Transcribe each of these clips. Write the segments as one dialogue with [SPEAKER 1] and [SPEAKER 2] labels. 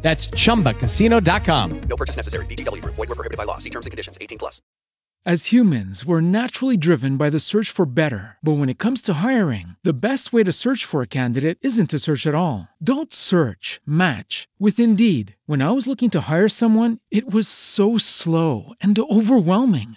[SPEAKER 1] That's chumbacasino.com.
[SPEAKER 2] No purchase necessary. VGW Group. Void were prohibited by law. See terms and conditions. 18 plus.
[SPEAKER 3] As humans, we're naturally driven by the search for better. But when it comes to hiring, the best way to search for a candidate isn't to search at all. Don't search, match with Indeed. When I was looking to hire someone, it was so slow and overwhelming.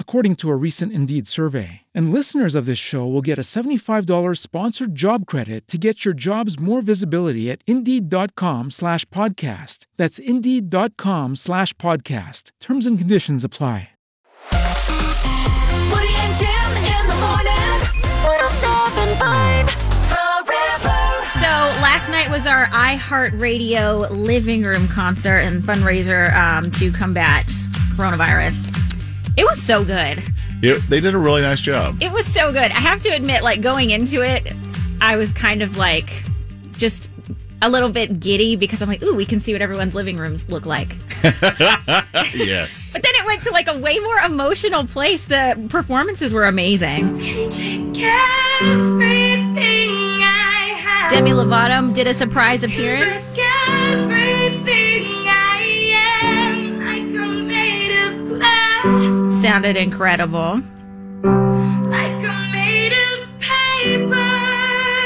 [SPEAKER 3] according to a recent Indeed survey. And listeners of this show will get a $75 sponsored job credit to get your jobs more visibility at Indeed.com slash podcast. That's Indeed.com slash podcast. Terms and conditions apply.
[SPEAKER 4] Woody and Jim in the morning. 1075 Forever.
[SPEAKER 5] So last night was our iHeartRadio living room concert and fundraiser um, to combat coronavirus. It was so good.
[SPEAKER 6] Yeah, they did a really nice job.
[SPEAKER 5] It was so good. I have to admit, like going into it, I was kind of like just a little bit giddy because I'm like, ooh, we can see what everyone's living rooms look like.
[SPEAKER 6] yes.
[SPEAKER 5] But then it went to like a way more emotional place. The performances were amazing. Demi Lovato did a surprise appearance. sounded incredible.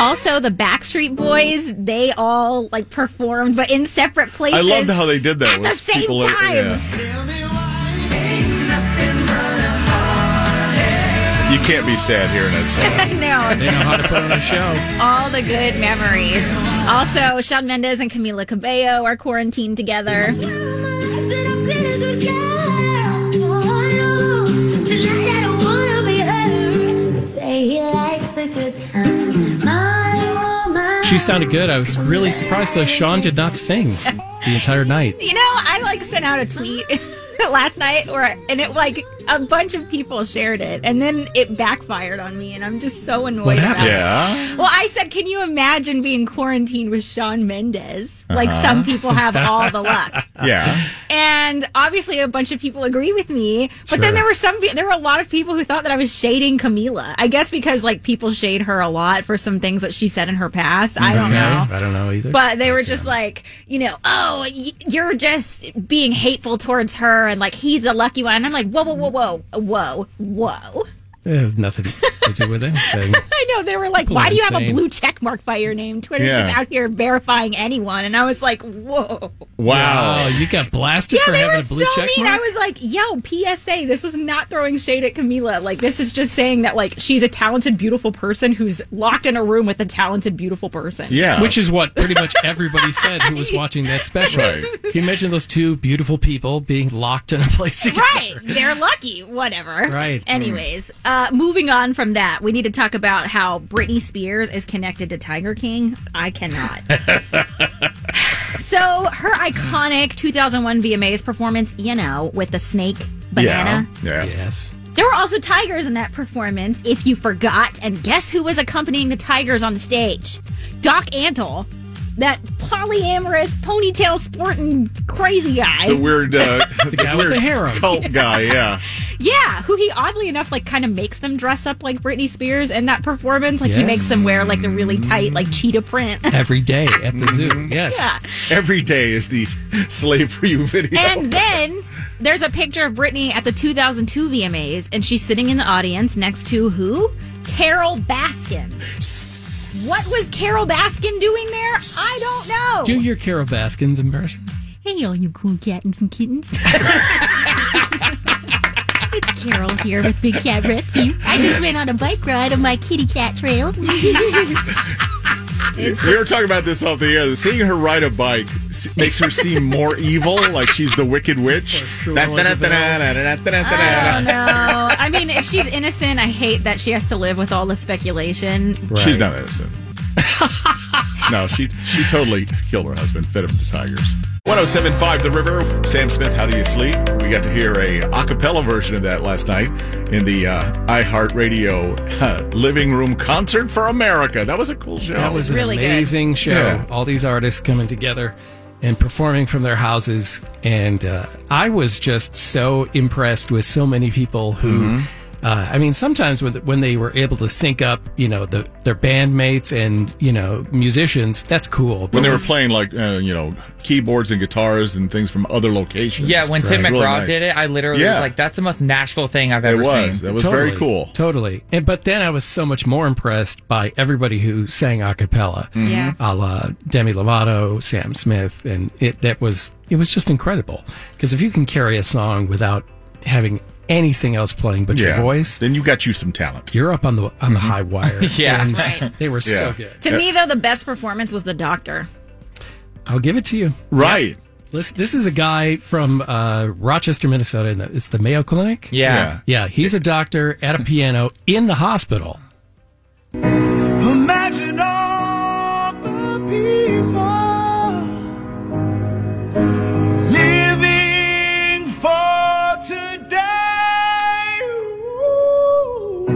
[SPEAKER 5] Also, the Backstreet Boys, they all like performed, but in separate places.
[SPEAKER 6] I loved how they did that.
[SPEAKER 5] At the
[SPEAKER 6] with
[SPEAKER 5] same
[SPEAKER 6] people that-
[SPEAKER 5] time.
[SPEAKER 6] yeah. You can't be sad hearing that song.
[SPEAKER 5] no,
[SPEAKER 7] They know how to put on a show.
[SPEAKER 5] all the good memories. Also, Shawn Mendes and Camila Cabello are quarantined together.
[SPEAKER 7] She sounded good. I was really surprised though. Sean did not sing the entire night.
[SPEAKER 5] You know, I like sent out a tweet last night, or and it like a bunch of people shared it, and then it backfired on me, and I'm just so annoyed.
[SPEAKER 7] What
[SPEAKER 5] about
[SPEAKER 7] happened?
[SPEAKER 5] it.
[SPEAKER 6] yeah.
[SPEAKER 5] Well, I said, can you imagine being quarantined with Sean Mendez? Like
[SPEAKER 7] Uh-huh.
[SPEAKER 5] some people have all the luck.
[SPEAKER 6] Yeah.
[SPEAKER 5] And obviously, a bunch of people agree with me. But then
[SPEAKER 7] Sure.
[SPEAKER 5] there were some, pe- there were a lot of people who thought that I was shading Camila. I guess because like people shade her a lot for some things that she said in her past. I don't
[SPEAKER 7] okay.
[SPEAKER 5] know.
[SPEAKER 7] I don't know either.
[SPEAKER 5] But they were just like, you know, oh, y- you're just being hateful towards her, and like he's the lucky one. And I'm like, whoa, whoa, whoa, whoa, whoa, whoa.
[SPEAKER 7] it has nothing to do with anything.
[SPEAKER 5] I know they were like,
[SPEAKER 7] People
[SPEAKER 5] "Why
[SPEAKER 7] are
[SPEAKER 5] do you have a
[SPEAKER 7] insane.
[SPEAKER 5] blue check mark by your name?" Twitter's
[SPEAKER 6] Yeah.
[SPEAKER 5] just out here verifying anyone, and I was like, "Whoa!"
[SPEAKER 6] Wow.
[SPEAKER 7] Wow, Oh, you got blasted
[SPEAKER 5] Yeah,
[SPEAKER 7] for
[SPEAKER 5] they
[SPEAKER 7] having
[SPEAKER 5] were
[SPEAKER 7] a blue
[SPEAKER 5] so
[SPEAKER 7] check
[SPEAKER 5] mean.
[SPEAKER 7] mark.
[SPEAKER 5] I was like, "Yo, PSA, this was not throwing shade at Camila. Like, this is just saying that like she's a talented, beautiful person who's locked in a room with a talented, beautiful person."
[SPEAKER 6] Yeah.
[SPEAKER 7] Which is what pretty much everybody said who was watching that special.
[SPEAKER 6] Right.
[SPEAKER 7] Can you imagine those two beautiful people being locked in a place together?
[SPEAKER 5] Right, they're lucky. Whatever.
[SPEAKER 7] Right.
[SPEAKER 5] Anyways, uh, moving on from that, we need to talk about how Britney Spears is connected to Tiger King. I cannot. so her iconic 2001 VMAs performance, you know, with the snake
[SPEAKER 6] yeah.
[SPEAKER 5] banana.
[SPEAKER 6] Yeah.
[SPEAKER 7] Yes.
[SPEAKER 5] There were also tigers in that performance, if you forgot. And guess who was accompanying the tigers on the stage? Doc Antle, that polyamorous ponytail sporting crazy guy.
[SPEAKER 6] The weird, uh, the,
[SPEAKER 7] guy with
[SPEAKER 6] weird
[SPEAKER 7] the harem.
[SPEAKER 6] cult guy. Yeah.
[SPEAKER 5] Yeah, who he oddly enough like kind of makes them dress up like Britney Spears in that performance. Like he
[SPEAKER 7] Yes.
[SPEAKER 5] makes them wear like the really tight like cheetah print.
[SPEAKER 7] Every day at the zoo. Yes.
[SPEAKER 6] Every day is the slave for you video.
[SPEAKER 5] and then there's a picture of Britney at the 2002 VMAs, and she's sitting in the audience next to who? Carol Baskin. What was Carol Baskin doing there? I don't
[SPEAKER 7] Do
[SPEAKER 5] know.
[SPEAKER 7] your Carol Baskins impression.
[SPEAKER 5] hey, all you cool cats and kittens. it's
[SPEAKER 8] Carol here with Big Cat Rescue. I just went on a bike ride on my kitty cat trail.
[SPEAKER 6] we were talking about this off the air. that Seeing her ride a bike s- makes her seem more evil, like she's the Wicked Witch.
[SPEAKER 5] I don't know. I mean, if she's innocent, I hate that she has to live with all the speculation.
[SPEAKER 6] She's not innocent. no, she she totally killed her husband, fed him to tigers. 1075 The River, Sam Smith, How Do You Sleep? We got to hear a a cappella version of that last night in the uh, iHeartRadio uh, Living Room Concert for America. That was a cool show.
[SPEAKER 7] That was an
[SPEAKER 5] Really good.
[SPEAKER 7] amazing show.
[SPEAKER 6] Yeah.
[SPEAKER 7] All these artists coming together and performing from their houses. And uh, I was just so impressed with so many people who.
[SPEAKER 6] Mm-hmm.
[SPEAKER 7] Uh, I mean, sometimes when, when they were able to sync up, you know, the, their bandmates and, you know, musicians, that's cool.
[SPEAKER 6] when they were playing like uh, you know keyboards and guitars and things from other locations.
[SPEAKER 9] Yeah, when Tim
[SPEAKER 6] Right. Really
[SPEAKER 9] McGraw
[SPEAKER 6] nice.
[SPEAKER 9] did it, I literally
[SPEAKER 6] Yeah.
[SPEAKER 9] was like, "That's the most Nashville thing I've ever
[SPEAKER 6] it was
[SPEAKER 9] seen."
[SPEAKER 6] that was
[SPEAKER 7] Totally,
[SPEAKER 6] very cool.
[SPEAKER 7] Totally. And but then I was so much more impressed by everybody who sang a cappella.
[SPEAKER 5] Yeah.
[SPEAKER 1] Mm-hmm.
[SPEAKER 7] A la Demi Lovato, Sam Smith, and it that was it was just incredible. Because if you can carry a song without having anything else playing but your voice,
[SPEAKER 6] Then you got you some talent.
[SPEAKER 7] you're up on the on the high wire.
[SPEAKER 9] Mm-hmm. Yeah.
[SPEAKER 7] And
[SPEAKER 9] That's
[SPEAKER 7] They were so
[SPEAKER 6] Yeah.
[SPEAKER 7] good.
[SPEAKER 5] To me, though, the best performance was the doctor.
[SPEAKER 7] I'll give it to you.
[SPEAKER 6] Right.
[SPEAKER 7] This this is a guy from uh, Rochester, Minnesota, and it's the Mayo Clinic.
[SPEAKER 9] Yeah.
[SPEAKER 6] Yeah.
[SPEAKER 7] Yeah, he's a doctor at a piano in the hospital.
[SPEAKER 10] Imagine all the people living for today. Ooh,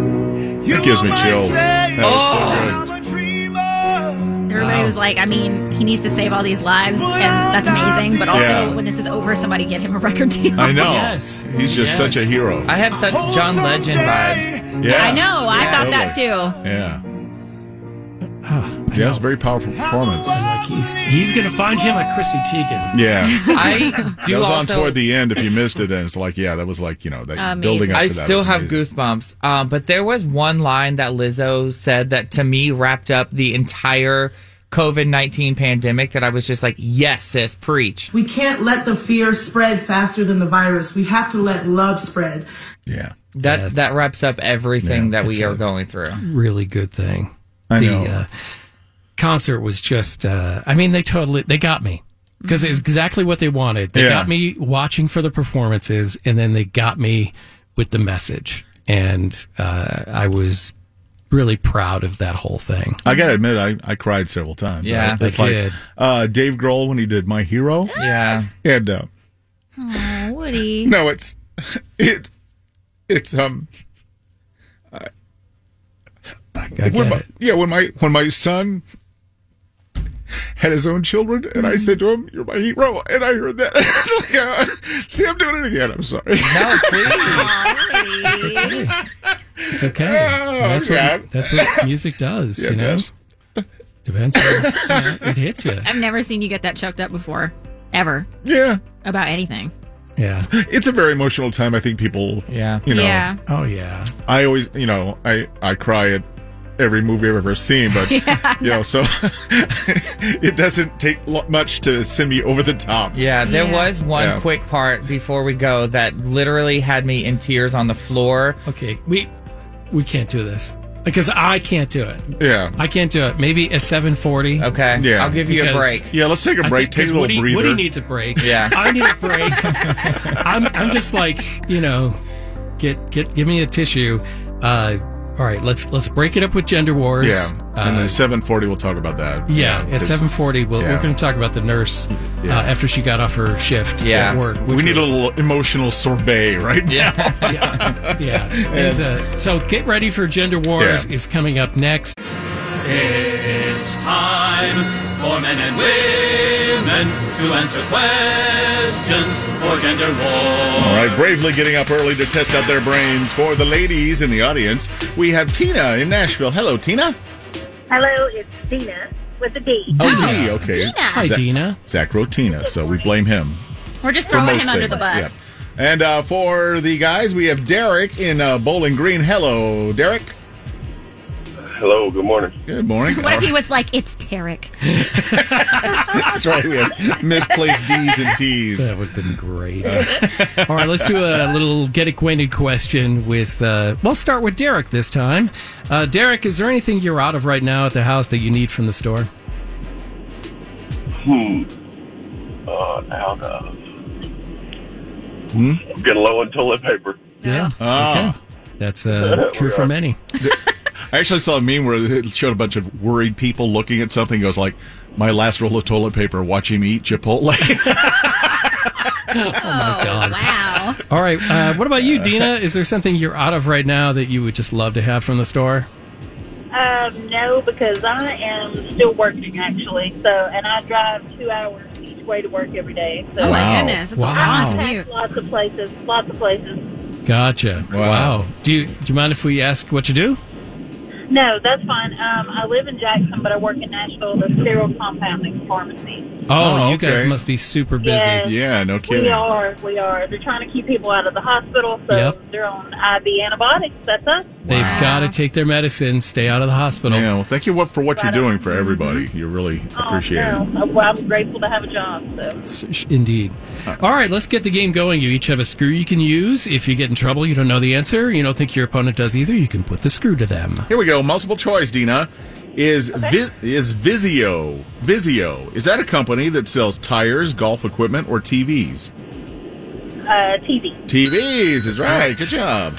[SPEAKER 10] you
[SPEAKER 6] That gives me
[SPEAKER 10] might
[SPEAKER 6] chills.
[SPEAKER 10] say
[SPEAKER 6] That
[SPEAKER 9] Oh,
[SPEAKER 6] was so
[SPEAKER 10] I'm a dreamer.
[SPEAKER 5] Everybody was like, I mean, he needs to save all these lives, and that's amazing. But also,
[SPEAKER 6] Yeah.
[SPEAKER 5] when this is over, somebody get him a record deal.
[SPEAKER 6] I know.
[SPEAKER 7] Yes.
[SPEAKER 6] He's just
[SPEAKER 7] Yes.
[SPEAKER 6] such a hero.
[SPEAKER 9] I have such John Legend vibes.
[SPEAKER 6] yeah.
[SPEAKER 5] I know. I thought that too.
[SPEAKER 6] Yeah. yeah, it was a very powerful performance.
[SPEAKER 7] Like he's he's gonna find him a Chrissy Teigen.
[SPEAKER 6] Yeah.
[SPEAKER 9] I
[SPEAKER 6] That
[SPEAKER 9] do
[SPEAKER 6] was on
[SPEAKER 9] also.
[SPEAKER 6] toward the end if you missed it, and it's like, yeah, that was like, you know, that building up
[SPEAKER 9] I
[SPEAKER 6] to that
[SPEAKER 9] still
[SPEAKER 6] is
[SPEAKER 9] have
[SPEAKER 6] amazing.
[SPEAKER 9] goosebumps. Um, but there was one line that Lizzo said that to me wrapped up the entire COVID nineteen pandemic. That I was just like, "Yes, sis, preach."
[SPEAKER 11] We can't let the fear spread faster than the virus. We have to let love spread.
[SPEAKER 6] Yeah.
[SPEAKER 9] That that wraps up everything that we are going through.
[SPEAKER 7] Really good thing.
[SPEAKER 6] I
[SPEAKER 7] the
[SPEAKER 6] know.
[SPEAKER 7] Uh, concert was just. Uh, I mean, they totally they got me because
[SPEAKER 9] Mm-hmm.
[SPEAKER 7] it's exactly what they wanted. They
[SPEAKER 6] Yeah.
[SPEAKER 7] got me watching for the performances, and then they got me with the message, and uh, I was really proud of that whole thing.
[SPEAKER 6] I gotta admit, I, I cried several times.
[SPEAKER 9] Yeah.
[SPEAKER 6] I,
[SPEAKER 7] I did.
[SPEAKER 6] Uh, Dave Grohl when he did My Hero,
[SPEAKER 9] Yeah.
[SPEAKER 6] and uh,
[SPEAKER 5] Oh, Woody.
[SPEAKER 6] No, it's it. It's um.
[SPEAKER 7] I, I get
[SPEAKER 6] When my,
[SPEAKER 7] it.
[SPEAKER 6] yeah, when my when my son had his own children, and
[SPEAKER 7] Mm-hmm.
[SPEAKER 6] I said to him, "You're my hero," and I heard that. It's like, uh, see, I'm doing it again. I'm sorry.
[SPEAKER 9] No, please.
[SPEAKER 5] Woody.
[SPEAKER 7] Hey, It's okay.
[SPEAKER 6] Oh,
[SPEAKER 7] that's
[SPEAKER 6] God.
[SPEAKER 7] what that's what music does.
[SPEAKER 6] Yeah,
[SPEAKER 7] you
[SPEAKER 6] it
[SPEAKER 7] know,
[SPEAKER 6] does.
[SPEAKER 7] depends. On, you know, it hits you.
[SPEAKER 5] I've never seen you get that choked up before, ever,
[SPEAKER 6] Yeah,
[SPEAKER 5] about anything.
[SPEAKER 7] Yeah.
[SPEAKER 6] it's a very emotional time. I think people.
[SPEAKER 9] Yeah.
[SPEAKER 6] You know, uh,
[SPEAKER 5] yeah.
[SPEAKER 7] Oh yeah.
[SPEAKER 6] I always, you know, I I cry at every movie I've ever seen, but you know, so it doesn't take lo- much to send me over the top.
[SPEAKER 9] Yeah, there
[SPEAKER 5] Yeah.
[SPEAKER 9] was one
[SPEAKER 6] Yeah.
[SPEAKER 9] quick part before we go that literally had me in tears on the floor.
[SPEAKER 7] Okay, we we can't do this because I can't do it.
[SPEAKER 6] Yeah.
[SPEAKER 7] I can't do it. Maybe a seven forty.
[SPEAKER 9] Okay.
[SPEAKER 6] Yeah.
[SPEAKER 9] I'll give you a
[SPEAKER 7] Because-
[SPEAKER 9] break.
[SPEAKER 6] yeah, let's take a break. Take a little
[SPEAKER 7] Woody,
[SPEAKER 6] breather.
[SPEAKER 7] Woody needs a break.
[SPEAKER 9] Yeah.
[SPEAKER 7] I need a break. I'm I'm just like you know, get get give me a tissue. Uh, all right, let's let's break it up with gender wars.
[SPEAKER 6] Yeah, and
[SPEAKER 7] Uh,
[SPEAKER 6] then seven forty, we'll talk about that.
[SPEAKER 7] yeah, at
[SPEAKER 6] it's-
[SPEAKER 7] seven forty, we'll,
[SPEAKER 6] yeah.
[SPEAKER 7] we're going to talk about the nurse
[SPEAKER 6] Yeah.
[SPEAKER 7] uh, after she got off her shift
[SPEAKER 9] Yeah.
[SPEAKER 7] at work.
[SPEAKER 6] We
[SPEAKER 7] which
[SPEAKER 6] need a
[SPEAKER 7] was-
[SPEAKER 6] little emotional sorbet, right?
[SPEAKER 9] Yeah.
[SPEAKER 7] yeah, yeah. And, uh, so get ready for gender wars
[SPEAKER 6] Yeah.
[SPEAKER 7] is coming up next.
[SPEAKER 10] It's time for men and women to answer questions for gender war.
[SPEAKER 6] All right, bravely getting up early to test out their brains. For the ladies in the audience, we have Tina in Nashville. Hello, Tina.
[SPEAKER 8] Hello, it's Dina with a D.
[SPEAKER 6] Oh, D, okay.
[SPEAKER 7] Hi,
[SPEAKER 6] Zach,
[SPEAKER 7] Dina.
[SPEAKER 6] Zach wrote Tina, so we blame him
[SPEAKER 5] We're just
[SPEAKER 6] for
[SPEAKER 5] throwing him
[SPEAKER 6] most
[SPEAKER 5] under
[SPEAKER 6] things.
[SPEAKER 5] the bus.
[SPEAKER 6] yeah. And uh, for the guys, we have Derek in uh, Bowling Green. Hello, Derek.
[SPEAKER 12] Hello. Good morning.
[SPEAKER 6] Good morning. Oh,
[SPEAKER 8] What if he was like, it's Tarek?
[SPEAKER 6] That's right. We have misplaced D's and T's.
[SPEAKER 7] That would have been great. All right, let's do a little get acquainted question with. Uh, we'll start with Derek this time. Uh, Derek, is there anything you're out of right now at the house that you need from the store?
[SPEAKER 12] Hmm. Uh, out of.
[SPEAKER 6] Hmm?
[SPEAKER 12] I'm getting low on toilet paper.
[SPEAKER 7] Yeah.
[SPEAKER 6] Oh.
[SPEAKER 7] That's uh, true for many.
[SPEAKER 6] I actually saw a meme where it showed a bunch of worried people looking at something. It was like, my last roll of toilet paper, watch him eat Chipotle.
[SPEAKER 7] Oh my god! Wow. All right. Uh, what about you, Dina? Is there something you're out of right now that you would just love to have from the store?
[SPEAKER 13] Um, no, because I am still working actually. So, and I drive two hours each way to work every day. So,
[SPEAKER 5] Oh my Wow. goodness, that's a
[SPEAKER 7] Oh,
[SPEAKER 5] Wow. long
[SPEAKER 13] I pass Lots of places. Lots of places.
[SPEAKER 7] Gotcha. Wow. Do you do you mind if we ask what you do?
[SPEAKER 13] No, that's fine. Um, I live in Jackson, but I work in Nashville at a sterile compounding pharmacy.
[SPEAKER 7] Oh, you guys must be super busy.
[SPEAKER 13] Yes.
[SPEAKER 6] Yeah, no
[SPEAKER 13] We are. We are. They're trying to keep people out of the hospital, so
[SPEAKER 7] Yep.
[SPEAKER 13] they're on IV antibiotics. That's us.
[SPEAKER 7] They've got to take their medicine, stay out of the hospital.
[SPEAKER 6] Yeah, well, thank you what- for what you're doing for everybody. You really appreciate
[SPEAKER 13] oh,
[SPEAKER 6] it.
[SPEAKER 13] no. Well, I'm grateful to have a job. So.
[SPEAKER 7] Indeed.
[SPEAKER 6] Uh-huh.
[SPEAKER 7] All right, let's get the game going. You each have a screw you can use. If you get in trouble, you don't know the answer, you don't think your opponent does either, you can put the screw to them.
[SPEAKER 6] Here we go. Multiple choice, Dina. Is Viz- is Vizio Vizio is that a company that sells tires, golf equipment, or TVs?
[SPEAKER 13] Uh, TV.
[SPEAKER 6] TVs is right. Good job.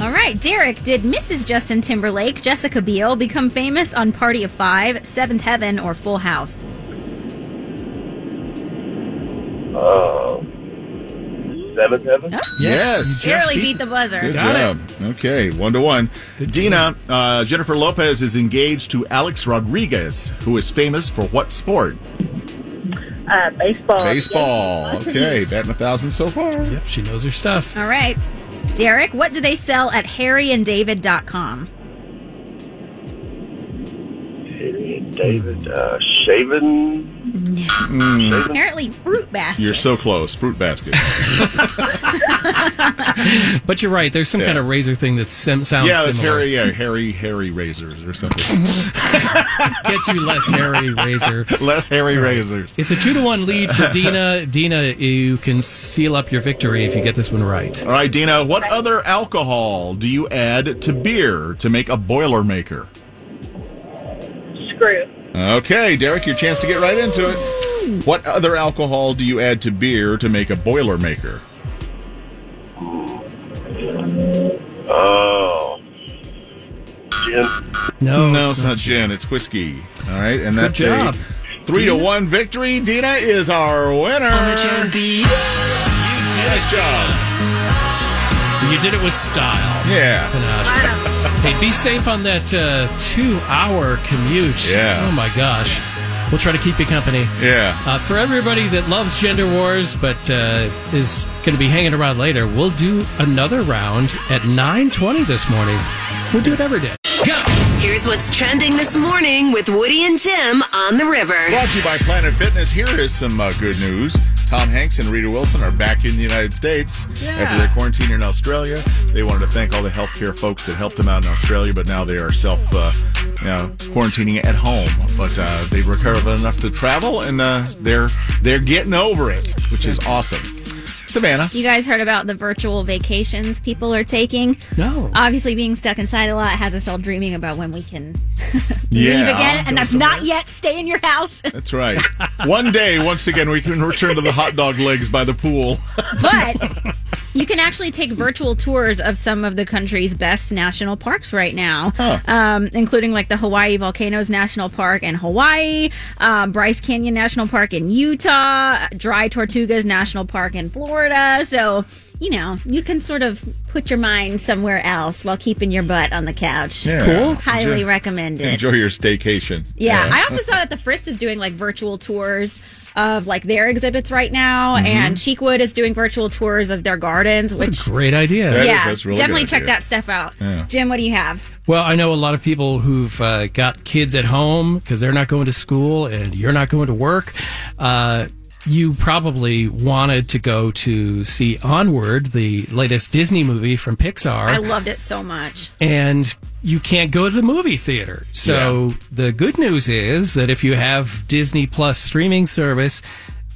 [SPEAKER 5] All right, Derek, did Mrs. Justin Timberlake, Jessica Biel, become famous on Party of Five, Seventh Heaven, or Full House?
[SPEAKER 12] Uh, seventh heaven.
[SPEAKER 6] Yes.
[SPEAKER 5] Barely beat the buzzer.
[SPEAKER 6] Good job. Okay, one to one. Dina, uh, Jennifer Lopez is engaged to Alex Rodriguez, who is famous for what sport?
[SPEAKER 13] Uh, baseball.
[SPEAKER 6] Baseball.
[SPEAKER 5] Yes.
[SPEAKER 6] Okay, batting a thousand so far. Yep,
[SPEAKER 7] she knows her stuff.
[SPEAKER 5] All right. Derek, what do they sell at harryanddavid.com?
[SPEAKER 12] David uh, Shaven.
[SPEAKER 5] Mm. Apparently, fruit baskets.
[SPEAKER 6] You're so close. Fruit basket.
[SPEAKER 7] But you're right, there's some kind of razor thing that sim- sounds
[SPEAKER 6] yeah, it's
[SPEAKER 7] similar.
[SPEAKER 6] hairy, yeah, hairy, hairy razors or something.
[SPEAKER 7] Gets you less hairy razor.
[SPEAKER 6] Less hairy razors.
[SPEAKER 7] It's a two to one lead for Dina. Dina, you can seal up your victory if you get this one right.
[SPEAKER 6] All right, Dina, what other alcohol do you add to beer to make a Boilermaker?
[SPEAKER 13] Screw.
[SPEAKER 6] Okay, Derek, your chance to get right into it. What other alcohol do you add to beer to make a Boilermaker?
[SPEAKER 12] Oh, gin.
[SPEAKER 7] No,
[SPEAKER 6] no, it's, not, gin. It's whiskey. All right, and
[SPEAKER 12] Good
[SPEAKER 6] that's
[SPEAKER 12] job.
[SPEAKER 6] a three to one victory. Dina is our winner. Nice job.
[SPEAKER 7] You did it with style.
[SPEAKER 6] Yeah.
[SPEAKER 7] Hey, be safe on that uh, two hour commute.
[SPEAKER 6] Yeah.
[SPEAKER 7] Oh my gosh. We'll try to keep you company.
[SPEAKER 6] Yeah.
[SPEAKER 7] Uh, for everybody that loves gender wars but uh, is going to be hanging around later, we'll do another round at 9.20 this morning. We'll do it every day.
[SPEAKER 14] Here's what's trending this morning with Woody and Jim on the river.
[SPEAKER 6] Brought to you by Planet Fitness. Here is some uh, good news. Tom Hanks and Rita Wilson are back in the United States after their quarantine in Australia. They wanted to thank all the healthcare folks that helped them out in Australia, but now they are self uh, you know, quarantining at home. But uh, they've recovered enough to travel, and uh, they're they're getting over it, which is awesome. Savannah.
[SPEAKER 5] You guys heard about the virtual vacations people are taking?
[SPEAKER 7] No.
[SPEAKER 5] Obviously, being stuck inside a lot has us all dreaming about when we can leave again, and that's not yet. Stay in your house.
[SPEAKER 6] That's right. One day, once again, we can return to the hot dog legs by the pool.
[SPEAKER 5] but you can actually take virtual tours of some of the country's best national parks right now, um, including like the Hawaii Volcanoes National Park in Hawaii, um, Bryce Canyon National Park in Utah, Dry Tortugas National Park in Florida. So, you know, you can sort of put your mind somewhere else while keeping your butt on the couch.
[SPEAKER 6] It's Yeah. cool.
[SPEAKER 5] Highly
[SPEAKER 6] Enjoy-
[SPEAKER 5] recommended.
[SPEAKER 6] Enjoy your staycation.
[SPEAKER 5] Yeah, I also saw that the Frist is doing like virtual tours of like their exhibits right now,
[SPEAKER 7] Mhm.
[SPEAKER 5] and Cheekwood is doing virtual tours of their gardens. Which
[SPEAKER 7] Great idea.
[SPEAKER 5] yeah, definitely check that stuff out.
[SPEAKER 7] Yeah.
[SPEAKER 5] Jim, what do you have?
[SPEAKER 7] Well, I know a lot of people who've uh, got kids at home because they're not going to school and you're not going to work. Uh, you probably wanted to go to see Onward, the latest Disney movie from Pixar.
[SPEAKER 5] I loved it so much.
[SPEAKER 7] and you can't go to the movie theater. So the good news is that if you have Disney Plus streaming service,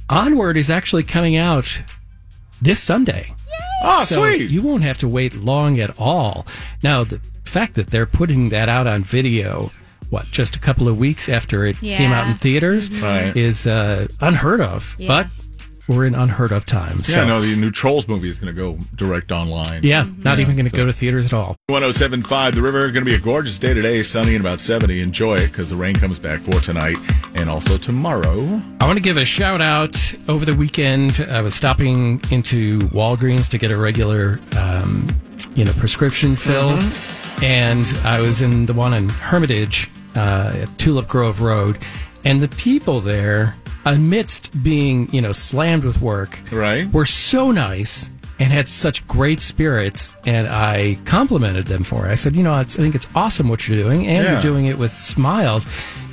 [SPEAKER 7] Onward is actually coming out this Sunday.
[SPEAKER 6] Oh,
[SPEAKER 7] so
[SPEAKER 6] sweet.
[SPEAKER 7] You won't have to wait long at all. Now, the fact that they're putting that out on video, what, just a couple of weeks after it came out
[SPEAKER 5] Yeah. Mm-hmm.
[SPEAKER 7] in theaters,
[SPEAKER 6] Right.
[SPEAKER 7] is uh, unheard of.
[SPEAKER 5] Yeah.
[SPEAKER 7] But we're in unheard of times.
[SPEAKER 6] Yeah,
[SPEAKER 7] so,
[SPEAKER 6] no, the new Trolls movie is going to go direct online.
[SPEAKER 7] yeah,
[SPEAKER 5] Mm-hmm.
[SPEAKER 7] not even going to go to theaters at all.
[SPEAKER 6] 1075 The River. Going to be a gorgeous day today, sunny and about 70. Enjoy it because the rain comes back for tonight and also tomorrow.
[SPEAKER 7] I want to give a shout out. Over the weekend, I was stopping into Walgreens to get a regular, um, you know, prescription filled, and I was in the one in Hermitage uh, at Tulip Grove Road, and the people there, amidst being you know slammed with work,
[SPEAKER 6] right,
[SPEAKER 7] were so nice and had such great spirits, and I complimented them for it. I said, you know, it's, I think it's awesome what you're doing, and
[SPEAKER 6] Yeah.
[SPEAKER 7] you're doing it with smiles.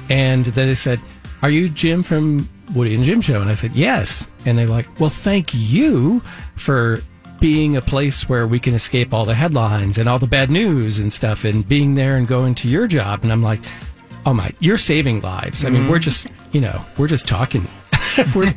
[SPEAKER 7] And then they said, Are you Jim from Woody and Jim Show? And I said, Yes. And they're like, Well, thank you for being a place where we can escape all the headlines and all the bad news and stuff and being there and going to your job. And I'm like, Oh my, you're saving lives. I mean,
[SPEAKER 6] Mhm.
[SPEAKER 7] we're just, you know, we're just talking. We're-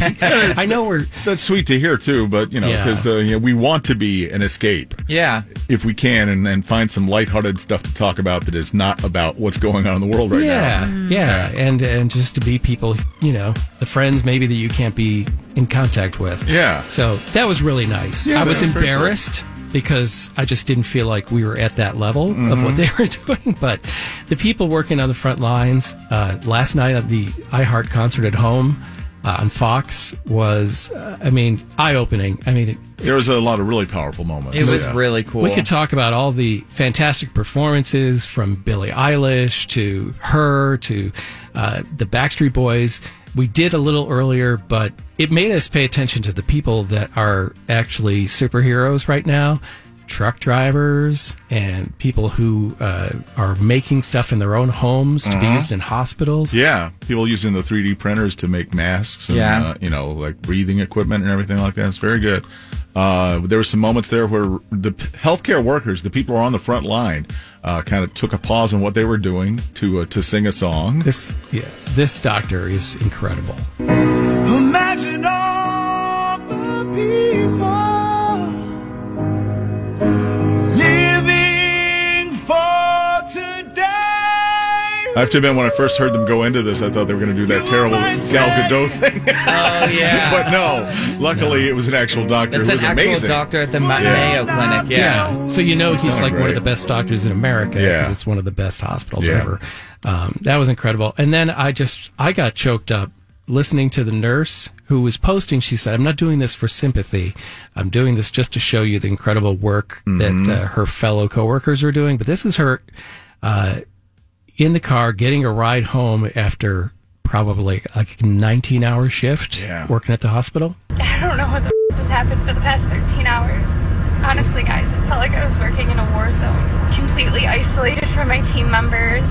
[SPEAKER 7] I know we're.
[SPEAKER 6] That's sweet to hear, too, but, you know,
[SPEAKER 7] Yeah.
[SPEAKER 6] because uh, you know, we want to be an escape
[SPEAKER 9] Yeah.
[SPEAKER 6] if we can and, and find some lighthearted stuff to talk about that is not about what's going on in the world right
[SPEAKER 7] yeah,
[SPEAKER 6] now. Mm.
[SPEAKER 7] Yeah, and and just to be people, you know, the friends maybe that you can't be in contact with.
[SPEAKER 6] Yeah.
[SPEAKER 7] So that was really nice.
[SPEAKER 6] Yeah,
[SPEAKER 7] I
[SPEAKER 6] that
[SPEAKER 7] was
[SPEAKER 6] was pretty cool.
[SPEAKER 7] embarrassed because I just didn't feel like we were at that level of
[SPEAKER 6] Mhm.
[SPEAKER 7] what they were doing. But the people working on the front lines uh, last night at the iHeart concert at home uh, on Fox was, uh, I mean, eye opening. I mean, it,
[SPEAKER 6] There was a lot of really powerful moments.
[SPEAKER 7] It was
[SPEAKER 6] Yeah.
[SPEAKER 9] really cool.
[SPEAKER 7] we could talk about all the fantastic performances from Billie Eilish to her to uh, the Backstreet Boys. We did a little earlier, but it made us pay attention to the people that are actually superheroes right now truck drivers and people who uh, are making stuff in their own homes to be
[SPEAKER 6] Mhm.
[SPEAKER 7] used in hospitals.
[SPEAKER 6] Yeah, people using the 3D printers to make masks and,
[SPEAKER 7] Yeah.
[SPEAKER 6] uh, you know, like breathing equipment and everything like that. It's very good. Uh, there were some moments there where the p- healthcare workers, the people who are on the front line, uh, kind of took a pause on what they were doing to uh, to sing a song.
[SPEAKER 7] This yeah, this doctor is incredible.
[SPEAKER 10] Imagine all the people living for today.
[SPEAKER 6] I
[SPEAKER 7] Uh,
[SPEAKER 6] have to admit, when I first heard them go into this, I thought they were going to do that terrible Gal Gadot thing.
[SPEAKER 9] Oh, yeah.
[SPEAKER 6] but no, luckily it was an actual doctor.
[SPEAKER 9] That's
[SPEAKER 6] who
[SPEAKER 9] an
[SPEAKER 6] was
[SPEAKER 9] actual
[SPEAKER 6] amazing.
[SPEAKER 9] doctor at the Ma-
[SPEAKER 6] Yeah.
[SPEAKER 9] Mayo Clinic. Yeah.
[SPEAKER 7] So you know he's
[SPEAKER 6] Sounded
[SPEAKER 7] like one
[SPEAKER 6] great.
[SPEAKER 7] of the best doctors in America
[SPEAKER 6] Yeah.
[SPEAKER 7] because it's one of the best hospitals
[SPEAKER 6] Yeah.
[SPEAKER 7] ever. Um, that was incredible. And then I just I got choked up listening to the nurse who was posting. She said, "I'm not doing this for sympathy. I'm doing this just to show you the incredible work
[SPEAKER 9] Mm-hmm.
[SPEAKER 7] that uh, her fellow coworkers are doing." But this is her uh, in the car getting a ride home after probably like a 19 hour shift working at the hospital.
[SPEAKER 15] I don't know what the f- has happened for the past 13 hours. Honestly, guys, it felt like I was working in a war zone. Completely isolated from my team members,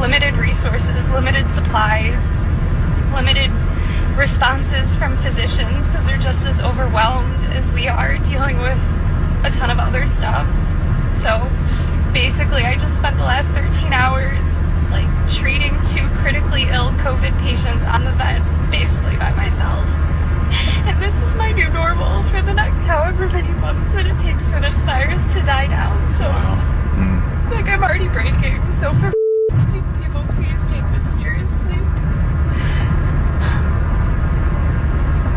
[SPEAKER 15] limited resources, limited supplies, limited responses from physicians because they're just as overwhelmed as we are dealing with a ton of other stuff. So basically, I just spent the last 13 hours like treating two critically ill COVID patients on the bed, basically by myself. And this is my new normal for the next however many months that it takes for this virus to die down. So, like, I'm already breaking. So, for sake, people, please take this seriously.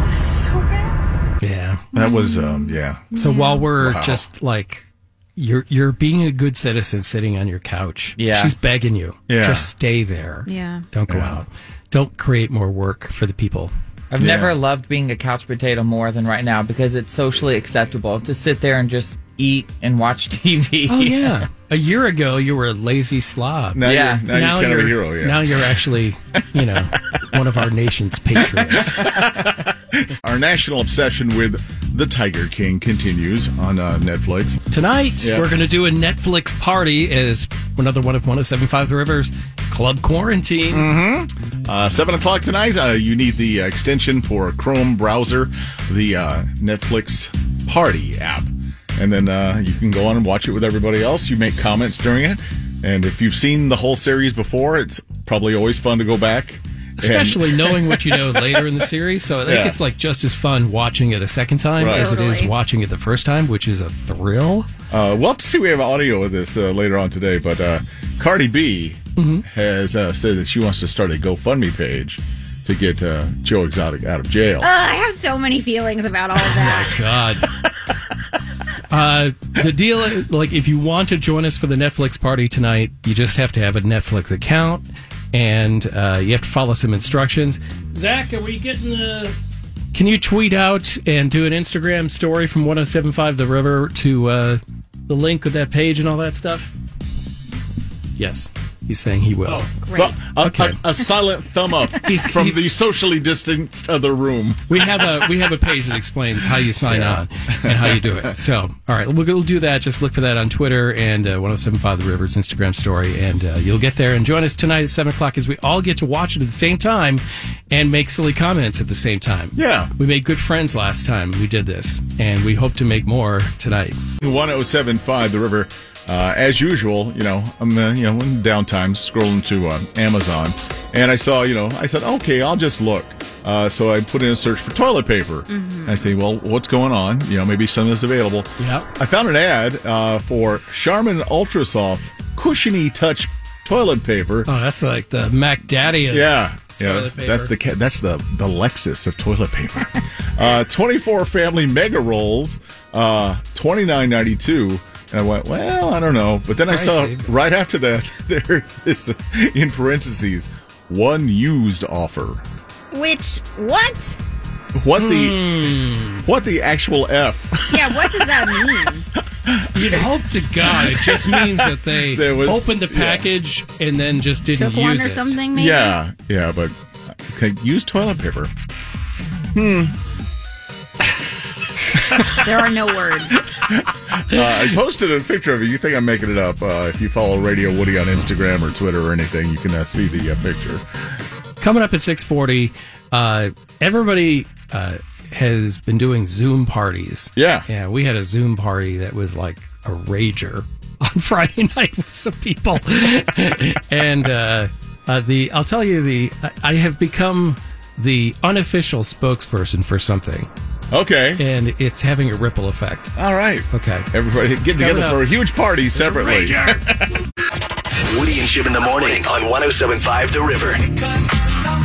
[SPEAKER 15] This is so bad.
[SPEAKER 7] Yeah.
[SPEAKER 6] That was um, yeah.
[SPEAKER 7] So while we're
[SPEAKER 6] Wow.
[SPEAKER 7] just like you're you're being a good citizen sitting on your couch.
[SPEAKER 9] Yeah.
[SPEAKER 7] She's begging you.
[SPEAKER 9] Yeah.
[SPEAKER 7] Just stay there.
[SPEAKER 9] Yeah.
[SPEAKER 7] Don't go
[SPEAKER 9] Yeah.
[SPEAKER 7] out. Don't create more work for the people.
[SPEAKER 9] I've
[SPEAKER 7] Yeah.
[SPEAKER 9] never loved being a couch potato more than right now because it's socially acceptable to sit there and just eat and watch TV.
[SPEAKER 7] Oh yeah. a year ago you were a lazy slob.
[SPEAKER 9] Now Yeah. you're- now you're kind of a hero, yeah.
[SPEAKER 7] Now you're actually, you know, one of our nation's patriots.
[SPEAKER 6] Our national obsession with the Tiger King continues on uh, Netflix.
[SPEAKER 7] Tonight,
[SPEAKER 6] Yeah.
[SPEAKER 7] we're going to do a Netflix party as another one of 1075 The Rivers Club Quarantine.
[SPEAKER 6] Uh, 7 o'clock tonight, uh, you need the uh, extension for Chrome browser, the uh, Netflix Party app. And then uh, you can go on and watch it with everybody else. You make comments during it. And if you've seen the whole series before, it's probably always fun to go back. and-
[SPEAKER 7] Especially knowing what you know later in the series, so I think
[SPEAKER 6] Yeah.
[SPEAKER 7] it's like just as fun watching it a second time
[SPEAKER 6] Right.
[SPEAKER 7] as it
[SPEAKER 6] Totally.
[SPEAKER 7] is watching it the first time, which is a thrill.
[SPEAKER 6] Uh, we'll have to see. We have audio of this uh, later on today, but uh, Cardi B
[SPEAKER 7] Mm-hmm.
[SPEAKER 6] has uh, said that she wants to start a GoFundMe page to get uh, Joe Exotic out of jail.
[SPEAKER 5] Ugh, I have so many feelings about all of that.
[SPEAKER 7] God. Uh, the deal, is, like, if you want to join us for the Netflix party tonight, you just have to have a Netflix account, and uh, you have to follow some instructions. Zach, are we getting the? Can you tweet out and do an Instagram story from 1075 The River to uh, the link of that page and all that stuff? Yes, he's saying he will.
[SPEAKER 6] Th- a, a, a silent thumb up from
[SPEAKER 7] Oh, he's-
[SPEAKER 6] the socially distanced other room.
[SPEAKER 7] we have a we have a page that explains how you sign on and how you do it. So, all right, we'll, we'll do that. Just look for that on Twitter and uh, 1075 The River's Instagram story, and uh, you'll get there. And join us tonight at 7 o'clock as we all get to watch it at the same time and make silly comments at the same time.
[SPEAKER 6] Yeah.
[SPEAKER 7] We made good friends last time we did this, and we hope to make more tonight.
[SPEAKER 6] 1075 The River. Uh, as usual, you know, I'm, uh, you know, in downtime scrolling to uh, Amazon and I saw, you know, I said, okay, I'll just look. Uh, so I put in a search for toilet paper. And I say, well, what's going on? You know, maybe some of this available.
[SPEAKER 7] Yeah.
[SPEAKER 6] I found an ad uh, for Charmin Ultra Soft Cushiony Touch Toilet Paper.
[SPEAKER 7] Oh, that's like the Mac Daddy of
[SPEAKER 6] yeah. Yeah,
[SPEAKER 7] toilet paper.
[SPEAKER 6] that's the ca- that's the the Lexus of toilet paper. uh, Twenty four family mega rolls, uh, twenty nine ninety two, and I went, well, I don't know. But then I saw
[SPEAKER 7] Pricey.
[SPEAKER 6] right after that there is in parentheses one used offer.
[SPEAKER 5] Which what?
[SPEAKER 6] What the
[SPEAKER 7] Hmm.
[SPEAKER 6] what the actual f?
[SPEAKER 5] Yeah, what does that mean?
[SPEAKER 7] You'd hope to God it just means that they
[SPEAKER 6] There was-
[SPEAKER 7] opened the
[SPEAKER 6] yeah.
[SPEAKER 7] package and then just didn't
[SPEAKER 5] Took
[SPEAKER 7] use
[SPEAKER 5] one or
[SPEAKER 7] it.
[SPEAKER 5] something, maybe?
[SPEAKER 6] Yeah, yeah, but uh, okay, used toilet paper. Hmm.
[SPEAKER 5] There are no words.
[SPEAKER 6] Uh, I posted a picture of it. You think I'm making it up? Uh, if you follow Radio Woody on Instagram or Twitter or anything, you can uh, see the uh, picture.
[SPEAKER 7] coming up at 6.40 uh, everybody uh, has been doing zoom parties
[SPEAKER 6] yeah
[SPEAKER 7] yeah we had a zoom party that was like a rager on friday night with some people and uh, uh, the i'll tell you the I, I have become the unofficial spokesperson for something
[SPEAKER 6] okay
[SPEAKER 7] and it's having a ripple effect
[SPEAKER 6] all right
[SPEAKER 7] okay
[SPEAKER 6] everybody get together for a huge party separately.
[SPEAKER 2] Woody and Jim in the morning on 1075 The River.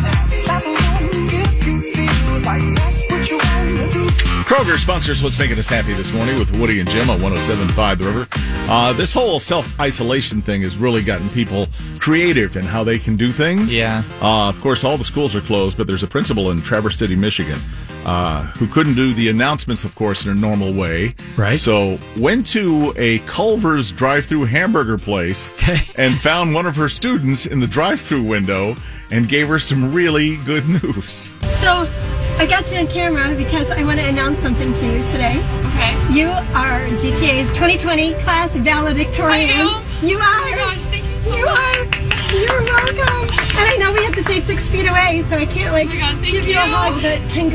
[SPEAKER 6] Kroger sponsors what's making us happy this morning with Woody and Jim on 1075 The River. Uh, this whole self isolation thing has really gotten people creative in how they can do things. Yeah. Uh, of course, all the schools are closed, but there's a principal in Traverse City, Michigan, uh, who couldn't do the announcements, of course, in a normal way. Right. So went to a Culver's drive through hamburger place and found one of her students in the drive through window and gave her some really good news.
[SPEAKER 16] So, I got you on camera because I want to announce something to you today. Okay. You are GTA's 2020 class valedictorian.
[SPEAKER 15] I am?
[SPEAKER 16] You
[SPEAKER 15] Oh
[SPEAKER 16] are.
[SPEAKER 15] my gosh, thank you so
[SPEAKER 16] you
[SPEAKER 15] much.
[SPEAKER 16] Are. You're welcome. And I know we have to stay six feet away, so I can't
[SPEAKER 15] Oh
[SPEAKER 16] like give you a hug, but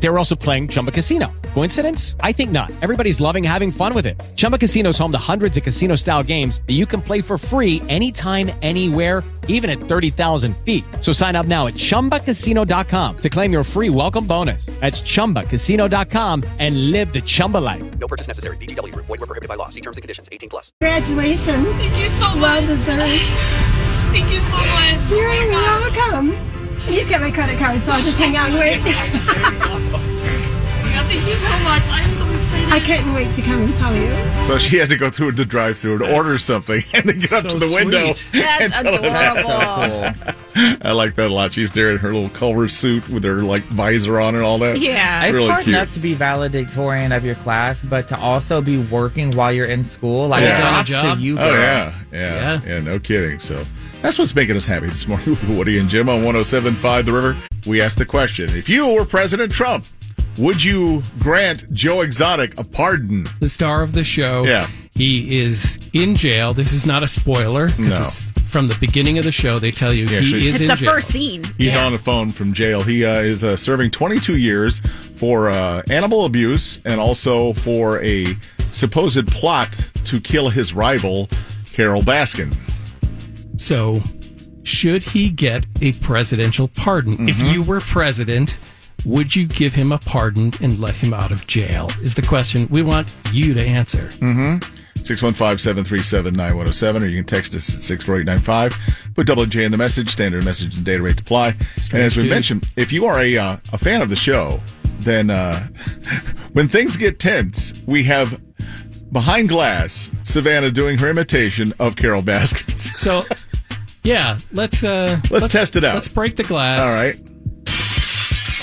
[SPEAKER 1] They were also playing Chumba Casino. Coincidence? I think not. Everybody's loving having fun with it. Chumba Casino is home to hundreds of casino style games that you can play for free anytime, anywhere, even at 30,000 feet. So sign up now at chumbacasino.com to claim your free welcome bonus. That's chumbacasino.com and live the Chumba life.
[SPEAKER 2] No purchase necessary. VGW Group. Void were prohibited by law. See terms and conditions. 18 plus.
[SPEAKER 16] congratulations. Thank you so much. Well deserved. Thank you so much. You're welcome. He's got my credit card, so I'll just hang out and wait.
[SPEAKER 15] Yeah, thank you so much. I'm so excited.
[SPEAKER 16] I couldn't wait to come and tell you.
[SPEAKER 6] So she had to go through the drive through and order something and then get up
[SPEAKER 10] so
[SPEAKER 6] to the window.
[SPEAKER 10] sweet.
[SPEAKER 6] and
[SPEAKER 10] That's
[SPEAKER 6] tell them that.
[SPEAKER 10] adorable.
[SPEAKER 6] I like that a lot. She's there in her little Culver suit with her like visor on and all that. It's
[SPEAKER 9] It's
[SPEAKER 6] really
[SPEAKER 9] hard
[SPEAKER 6] cute.
[SPEAKER 9] enough to be valedictorian of your class, but to also be working while you're in school, like props to you, girl.
[SPEAKER 12] uh,
[SPEAKER 6] Oh, yeah. yeah. Yeah. No kidding. So that's what's making us happy this morning with Woody and Jim on 1075 The River. We asked the question if you were President Trump, would you grant Joe Exotic a pardon?
[SPEAKER 7] the star of the show.
[SPEAKER 6] Yeah.
[SPEAKER 7] He is in jail. This is not a spoiler because
[SPEAKER 6] No.
[SPEAKER 7] it's from the beginning of the show. They tell you he
[SPEAKER 6] actually-
[SPEAKER 7] is in jail.
[SPEAKER 5] scene.
[SPEAKER 6] He's on the phone from jail. He uh, is uh, serving 22 years for uh, animal abuse and also for a supposed plot to kill his rival, Carol Baskin.
[SPEAKER 7] So, should he get a presidential pardon? If
[SPEAKER 6] Mm-hmm.
[SPEAKER 7] you were president, would you give him a pardon and let him out of jail? Is the question we want you to answer.
[SPEAKER 6] Mm-hmm. 615-737-9107, or you can text us at 64895. Put double J in the message. Standard message and data rates apply. and as we
[SPEAKER 7] dude.
[SPEAKER 6] mentioned, if you are a, uh, a fan of the show, then uh, when things get tense, we have behind glass Savannah doing her imitation of Carol Baskin.
[SPEAKER 7] So, yeah, let's uh, let's,
[SPEAKER 6] test it out.
[SPEAKER 7] Let's break the glass.
[SPEAKER 6] All right.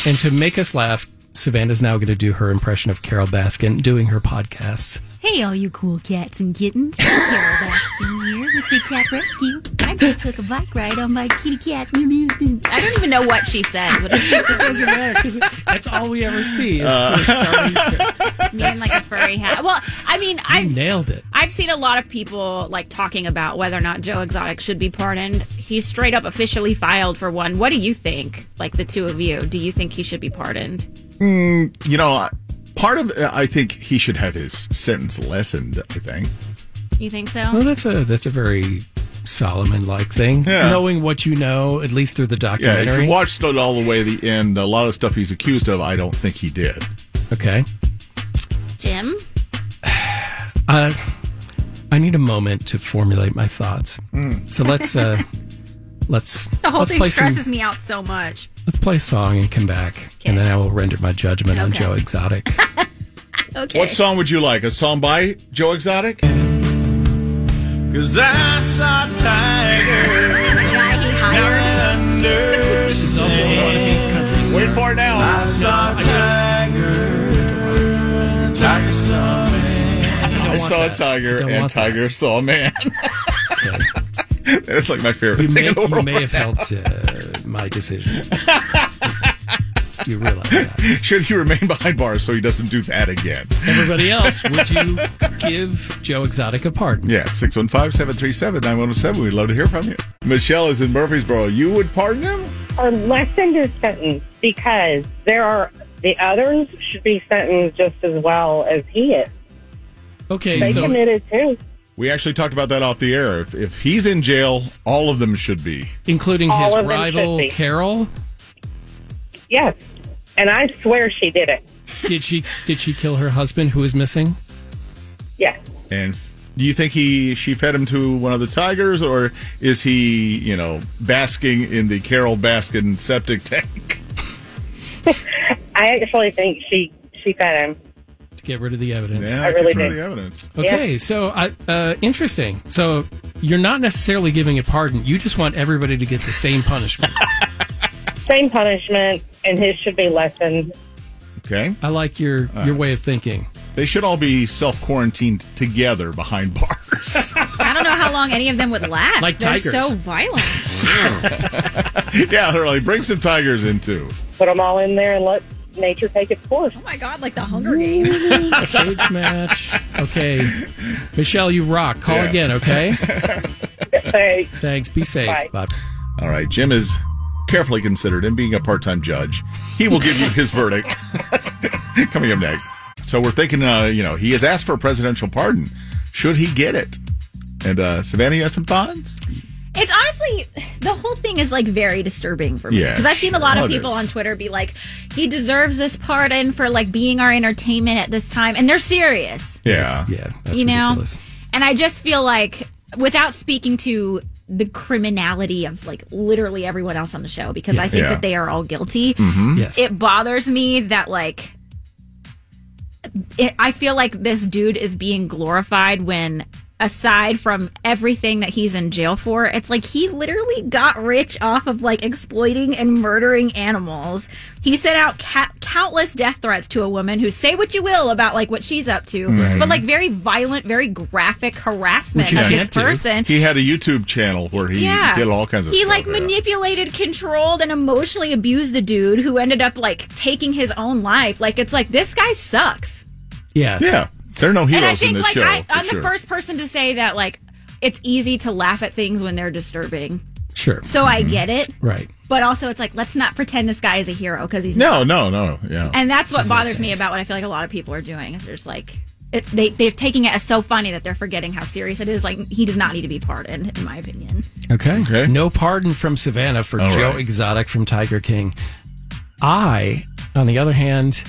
[SPEAKER 7] And to make us laugh, Savannah's now going to do her impression of Carol Baskin doing her podcasts.
[SPEAKER 8] Hey, all you cool cats and kittens. Carol Baskin here with Big Cat Rescue. I just took a bike ride on my kitty cat. I
[SPEAKER 5] don't even know what she said. it
[SPEAKER 7] doesn't matter because that's all we ever see. Is her
[SPEAKER 10] Uh.
[SPEAKER 7] starring-
[SPEAKER 5] Me in like a furry hat. Well, I mean,
[SPEAKER 7] you
[SPEAKER 5] I've
[SPEAKER 7] nailed it.
[SPEAKER 5] I've seen a lot of people like talking about whether or not Joe Exotic should be pardoned. He straight up officially filed for one. What do you think? Like the two of you, do you think he should be pardoned?
[SPEAKER 6] Mm, you know, part of uh, I think he should have his sentence lessened. I think.
[SPEAKER 5] You think so?
[SPEAKER 7] Well, that's a that's a very Solomon-like thing.
[SPEAKER 6] Yeah.
[SPEAKER 7] Knowing what you know, at least through the
[SPEAKER 6] Yeah, if
[SPEAKER 7] documentary.
[SPEAKER 6] you watched it all the way to the end, a lot of stuff he's accused of, I don't think he did.
[SPEAKER 7] okay.
[SPEAKER 5] Jim?
[SPEAKER 7] Uh, I need a moment to formulate my thoughts.
[SPEAKER 6] Hmm.
[SPEAKER 7] So let's uh, let's
[SPEAKER 5] The whole
[SPEAKER 7] let's
[SPEAKER 5] thing
[SPEAKER 7] play some-
[SPEAKER 5] stresses me out so much.
[SPEAKER 7] Let's play a song and come back, and then I will render my judgment on
[SPEAKER 5] Okay.
[SPEAKER 7] Joe Exotic.
[SPEAKER 5] Okay.
[SPEAKER 6] What song would you like? A song by Joe Exotic?
[SPEAKER 10] Cause I saw Tiger. This
[SPEAKER 7] is also country
[SPEAKER 10] Wait for it now. I saw Tiger. Tiger saw me.
[SPEAKER 6] I, saw a tiger and tiger saw a man. That's like my favorite
[SPEAKER 7] You
[SPEAKER 6] thing
[SPEAKER 7] may,
[SPEAKER 6] in the world.
[SPEAKER 7] you may have
[SPEAKER 6] right now.
[SPEAKER 7] helped uh, my decision. Do you realize that?
[SPEAKER 6] Should he remain behind bars so he doesn't do that again?
[SPEAKER 7] Everybody else, would you give Joe Exotic a pardon?
[SPEAKER 6] Yeah, 615 737 9107. We'd love to hear from you. Michelle is in Murfreesboro. You would pardon him?
[SPEAKER 17] or lessen his sentence because there are the others should be sentenced just as well as he is.
[SPEAKER 7] Okay,
[SPEAKER 17] they
[SPEAKER 6] so-
[SPEAKER 17] committed too.
[SPEAKER 6] We actually talked about that off the air. If, if he's in jail, all of them should be.
[SPEAKER 7] Including
[SPEAKER 17] All
[SPEAKER 7] his
[SPEAKER 17] of them
[SPEAKER 7] rival,
[SPEAKER 17] should be.
[SPEAKER 7] Carol?
[SPEAKER 17] Yes, and I swear she did it.
[SPEAKER 7] Did she did she kill her husband who is missing?
[SPEAKER 17] Yes,
[SPEAKER 6] And f- do you think he she fed him to one of the tigers, or is he, you know, basking in the Carol Baskin septic tank?
[SPEAKER 17] I actually think she she fed him.
[SPEAKER 7] To get rid of the evidence.
[SPEAKER 6] Yeah, I really get rid of did. the evidence.
[SPEAKER 7] Okay, so I, uh, interesting. So you're not necessarily giving a pardon. You just want everybody to get the same punishment.
[SPEAKER 17] Same punishment, and his should be lessened.
[SPEAKER 6] Okay.
[SPEAKER 7] I like your your way of thinking.
[SPEAKER 6] They should all be self quarantined together behind bars.
[SPEAKER 5] I don't know how long any of them would last.
[SPEAKER 6] Like
[SPEAKER 5] They're
[SPEAKER 6] tigers.
[SPEAKER 5] so violent.
[SPEAKER 6] yeah, they're like, bring some tigers in too.
[SPEAKER 17] Put them all in there and let nature take its course.
[SPEAKER 5] Oh my God, like the Hunger Games.
[SPEAKER 7] Cage match. Okay, Michelle, you rock. Call
[SPEAKER 6] Yeah.
[SPEAKER 7] again. Okay.
[SPEAKER 17] Thanks.
[SPEAKER 7] Be safe.
[SPEAKER 6] Bye.
[SPEAKER 7] Bye.
[SPEAKER 6] All right, Jim is carefully considered and being a part time judge. He will give you his verdict. Coming up next. So we're thinking, uh, you know, he has asked for a presidential pardon. Should he get it? And uh, Savannah, you have some thoughts?
[SPEAKER 5] It's honestly the whole thing is like very disturbing for me
[SPEAKER 6] Yeah,
[SPEAKER 5] because I've seen a
[SPEAKER 6] sure.
[SPEAKER 5] lot
[SPEAKER 6] Well,
[SPEAKER 5] of
[SPEAKER 6] it
[SPEAKER 5] people
[SPEAKER 6] is.
[SPEAKER 5] on Twitter be like, "He deserves this pardon for like being our entertainment at this time," and they're serious,
[SPEAKER 6] Yeah.
[SPEAKER 7] yeah.
[SPEAKER 5] you know. And I just feel like without speaking to the criminality of like literally everyone else on the show because I
[SPEAKER 18] Yes.
[SPEAKER 5] think
[SPEAKER 18] Yeah.
[SPEAKER 5] that they are all guilty.
[SPEAKER 6] Mm-hmm.
[SPEAKER 18] Mhm.
[SPEAKER 7] Mm-hmm.
[SPEAKER 18] Yes.
[SPEAKER 5] It bothers me that like it, I feel like this dude is being glorified when, aside from everything that he's in jail for, it's like he literally got rich off of like exploiting and murdering animals. He sent out ca- countless death threats to a woman who say what you will about like what she's up to,
[SPEAKER 6] Right.
[SPEAKER 5] but like very violent, very graphic harassment
[SPEAKER 6] Which you
[SPEAKER 5] of this
[SPEAKER 6] can't do.
[SPEAKER 5] person.
[SPEAKER 6] He had a YouTube channel where he
[SPEAKER 5] yeah,
[SPEAKER 6] did all kinds of
[SPEAKER 5] He
[SPEAKER 6] stuff.
[SPEAKER 5] like manipulated, controlled, and emotionally abused a dude who ended up like taking his own life. Like it's like this guy sucks.
[SPEAKER 7] Yeah.
[SPEAKER 6] Yeah. There are no heroes
[SPEAKER 5] and I think
[SPEAKER 6] in this
[SPEAKER 5] like
[SPEAKER 6] show.
[SPEAKER 5] I,
[SPEAKER 6] for
[SPEAKER 5] I'm
[SPEAKER 6] sure.
[SPEAKER 5] the first person to say that like it's easy to laugh at things when they're disturbing.
[SPEAKER 7] Sure.
[SPEAKER 5] So I
[SPEAKER 6] Mm-hmm.
[SPEAKER 5] get it,
[SPEAKER 7] Right.
[SPEAKER 5] but also it's like let's not pretend this guy is a hero because he's
[SPEAKER 6] No, no, no. Yeah.
[SPEAKER 5] And that's what
[SPEAKER 6] Doesn't make
[SPEAKER 5] bothers me about what I feel like a lot of people are doing is they're just like it, they they're taking it as so funny that they're forgetting how serious it is. Like he does not need to be pardoned, in my opinion.
[SPEAKER 7] Okay. No pardon from Savannah for
[SPEAKER 6] All
[SPEAKER 7] Joe
[SPEAKER 6] right.
[SPEAKER 7] Exotic from Tiger King. I, on the other hand,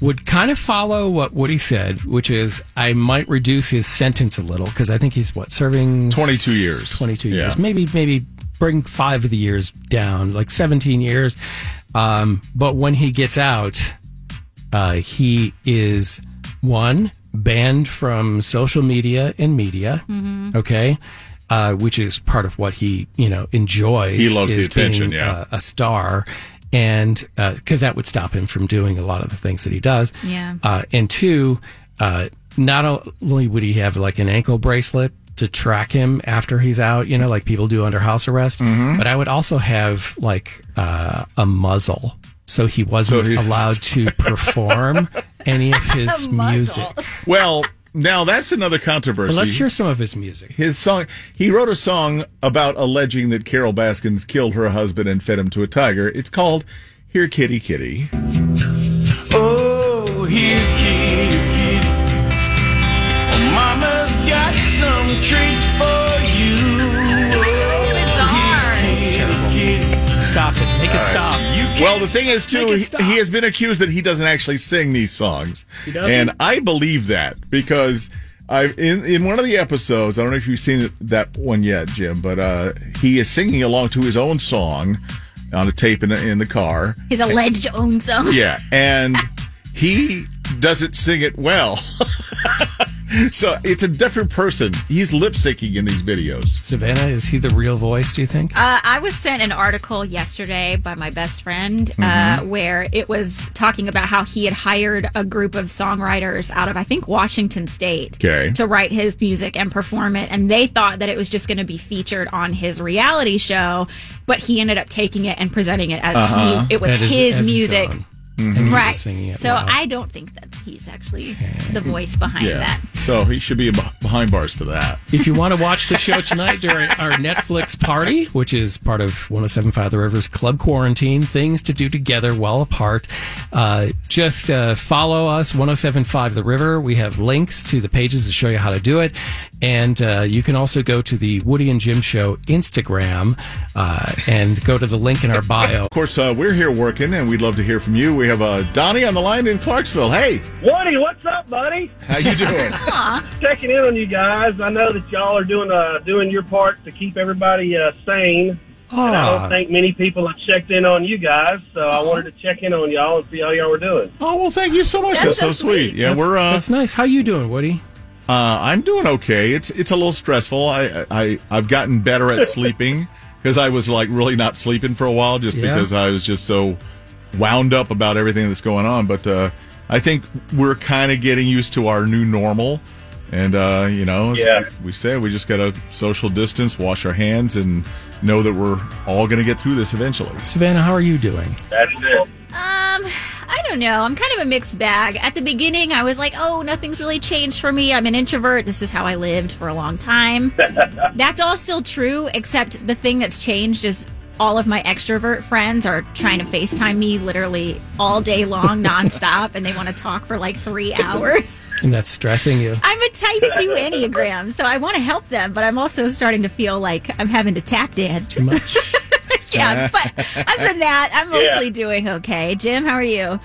[SPEAKER 7] would kind of follow what Woody said, which is I might reduce his sentence a little because I think he's what serving
[SPEAKER 6] 22 years.
[SPEAKER 7] 22
[SPEAKER 6] Yeah.
[SPEAKER 7] years, maybe maybe bring five of the years down, like 17 years. Um, but when he gets out, uh, he is one banned from social media and media.
[SPEAKER 10] Mhm.
[SPEAKER 7] Okay. Uh, which is part of what he, you know, enjoys.
[SPEAKER 6] He loves the
[SPEAKER 7] is being,
[SPEAKER 6] attention, yeah.
[SPEAKER 7] uh, a star, and because that would stop him from doing a lot of the things that he does.
[SPEAKER 5] Yeah.
[SPEAKER 7] Uh, and two, uh, not only would he have like an ankle bracelet to track him after he's out, you know, like people do under house arrest,
[SPEAKER 6] Mm-hmm.
[SPEAKER 7] but I would also have like uh, a muzzle. So he wasn't
[SPEAKER 6] he's-
[SPEAKER 7] allowed to perform any of his music.
[SPEAKER 6] Well, now that's another controversy.
[SPEAKER 7] Well, let's hear some of his music.
[SPEAKER 6] His song. He wrote a song about alleging that Carol Baskins killed her husband and fed him to a tiger. It's called "Here, Kitty, Kitty."
[SPEAKER 10] Oh, here, kitty, kitty. Mama's got some treats for you.
[SPEAKER 7] It's terrible. Stop it. Make
[SPEAKER 6] All
[SPEAKER 7] it
[SPEAKER 6] right.
[SPEAKER 7] stop.
[SPEAKER 6] Well, the thing is, too,
[SPEAKER 7] Make it
[SPEAKER 6] he,
[SPEAKER 7] stop.
[SPEAKER 6] he has been accused that he doesn't actually sing these songs.
[SPEAKER 7] He doesn't?
[SPEAKER 6] And I believe that because I've in, in one of the episodes, I don't know if you've seen that one yet, Jim, but uh, he is singing along to his own song on a tape in, the- in the car.
[SPEAKER 5] His alleged own song.
[SPEAKER 6] Yeah, and he doesn't sing it well. so it's a different person. He's lip syncing in these videos.
[SPEAKER 7] Savannah, is he the real voice, do you think?
[SPEAKER 5] Uh, I was sent an article yesterday by my best friend uh,
[SPEAKER 6] Mm-hmm.
[SPEAKER 7] Mhm.
[SPEAKER 5] where it was talking about how he had hired a group of songwriters out of, I think, Washington State
[SPEAKER 6] Okay.
[SPEAKER 5] to write his music and perform it. And they thought that it was just going to be featured on his reality show, but he ended up taking it and presenting it as
[SPEAKER 6] Uh-huh.
[SPEAKER 5] he, it was
[SPEAKER 6] That is-
[SPEAKER 5] his
[SPEAKER 6] as his
[SPEAKER 5] music.
[SPEAKER 6] own. Mhm. And he was
[SPEAKER 5] Right.
[SPEAKER 6] singing it
[SPEAKER 5] So
[SPEAKER 6] live.
[SPEAKER 5] I don't think that he's actually the voice behind
[SPEAKER 6] yeah.
[SPEAKER 5] that.
[SPEAKER 6] So he should be beh- behind bars for that.
[SPEAKER 7] If you want to watch the show tonight during our Netflix party, which is part of 1075 The Rivers Club Quarantine, things to do together while apart, uh, just uh, follow us, 1075 The River. We have links to the pages to show you how to do it. And uh, you can also go to the Woody and Jim Show Instagram uh, and go to the link in our bio.
[SPEAKER 6] Of course, uh, we're here working, and we'd love to hear from you. We have uh, Donnie on the line in Clarksville. Hey,
[SPEAKER 12] Woody, what's up, buddy?
[SPEAKER 6] how you doing?
[SPEAKER 12] Checking in on you guys. I know that y'all are doing uh, doing your part to keep everybody uh, sane. And I
[SPEAKER 6] Aw.
[SPEAKER 12] don't think many people have checked in on you guys, so I wanted to check in on y'all and see how y'all were doing.
[SPEAKER 6] oh well, thank you so much. That's, so sweet. Yeah,
[SPEAKER 7] That's-
[SPEAKER 6] we're. Uh,
[SPEAKER 7] that's nice. How you doing, Woody?
[SPEAKER 6] Uh, I'm doing okay. It's it's a little stressful. I I I've gotten better at sleeping because I was like really not sleeping for a while just
[SPEAKER 7] Yeah.
[SPEAKER 6] because I was just so wound up about everything that's going on. But uh, I think we're kind of getting used to our new normal, and uh, you know, as
[SPEAKER 12] Yeah.
[SPEAKER 6] we said, we just got to social distance, wash our hands, and know that we're all going to get through this eventually.
[SPEAKER 7] Savannah, how are you doing?
[SPEAKER 12] That's it.
[SPEAKER 5] Um, I don't know. I'm kind of a mixed bag. At the beginning, I was like, oh, nothing's really changed for me. I'm an introvert. This is how I lived for a long time. that's all still true, except the thing that's changed is all of my extrovert friends are trying to FaceTime me literally all day long, nonstop, and they want to talk for like three hours.
[SPEAKER 7] And that's stressing you.
[SPEAKER 5] I'm a type 2 Enneagram, so I want to help them, but I'm also starting to feel like I'm having to tap dance.
[SPEAKER 7] Too much.
[SPEAKER 5] yeah, but other than that, I'm
[SPEAKER 7] Yeah.
[SPEAKER 5] mostly doing okay. Jim, how are you?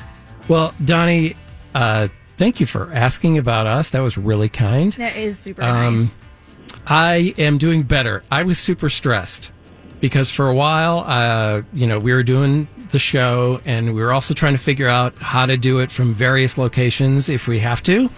[SPEAKER 7] Well, Donnie, uh, thank you for asking about us. That was really kind.
[SPEAKER 5] That is super
[SPEAKER 7] Um, I am doing better. I was super stressed because for a while, uh, you know, we were doing the show and we were also trying to figure out how to do it from various locations if we have to.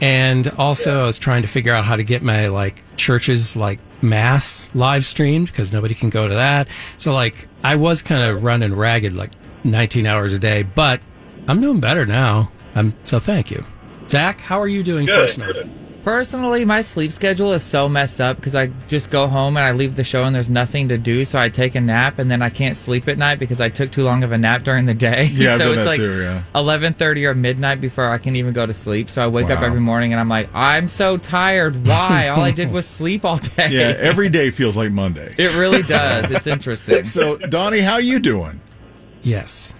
[SPEAKER 7] And also, I was trying to figure out how to get my like churches like mass live streamed because nobody can go to that. So like, I was kind of running ragged like 19 hours a day, but I'm doing better now. I'm so thank you, Zach. How are you doing
[SPEAKER 12] Good.
[SPEAKER 7] personally?
[SPEAKER 9] Personally, my sleep schedule is so messed up because I just go home and I leave the show and there's nothing to do, so I take a nap and then I can't sleep at night because I took too long of a nap during the day.
[SPEAKER 6] Yeah, I've
[SPEAKER 9] so
[SPEAKER 6] done
[SPEAKER 9] it's
[SPEAKER 6] that
[SPEAKER 9] like
[SPEAKER 6] too, yeah.
[SPEAKER 9] eleven thirty or midnight before I can even go to sleep. So I wake up
[SPEAKER 6] Wow.
[SPEAKER 9] every morning and I'm like, I'm so tired. Why? All I did was sleep all day.
[SPEAKER 6] Yeah, every day feels like Monday.
[SPEAKER 9] It really does. It's interesting.
[SPEAKER 6] so, Donnie, how you doing?
[SPEAKER 7] Yes.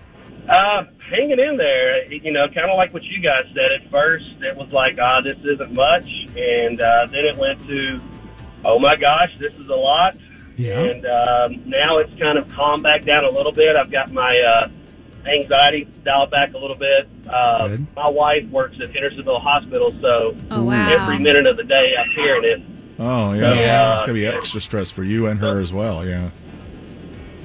[SPEAKER 12] Uh, hanging in there, you know, kind of like what you guys said at first. It was like, ah, this isn't much, and uh, then it went to, oh my gosh, this is a lot. And um, now it's kind of calmed back down a little bit. I've got my uh, anxiety dialed back a little bit. Uh, my wife works at Hendersonville Hospital, so
[SPEAKER 5] Oh, wow.
[SPEAKER 12] every minute of the day I'm hearing it.
[SPEAKER 6] Oh, yeah.
[SPEAKER 12] Yeah.
[SPEAKER 6] It's going to be extra stress for you and her as well. Yeah.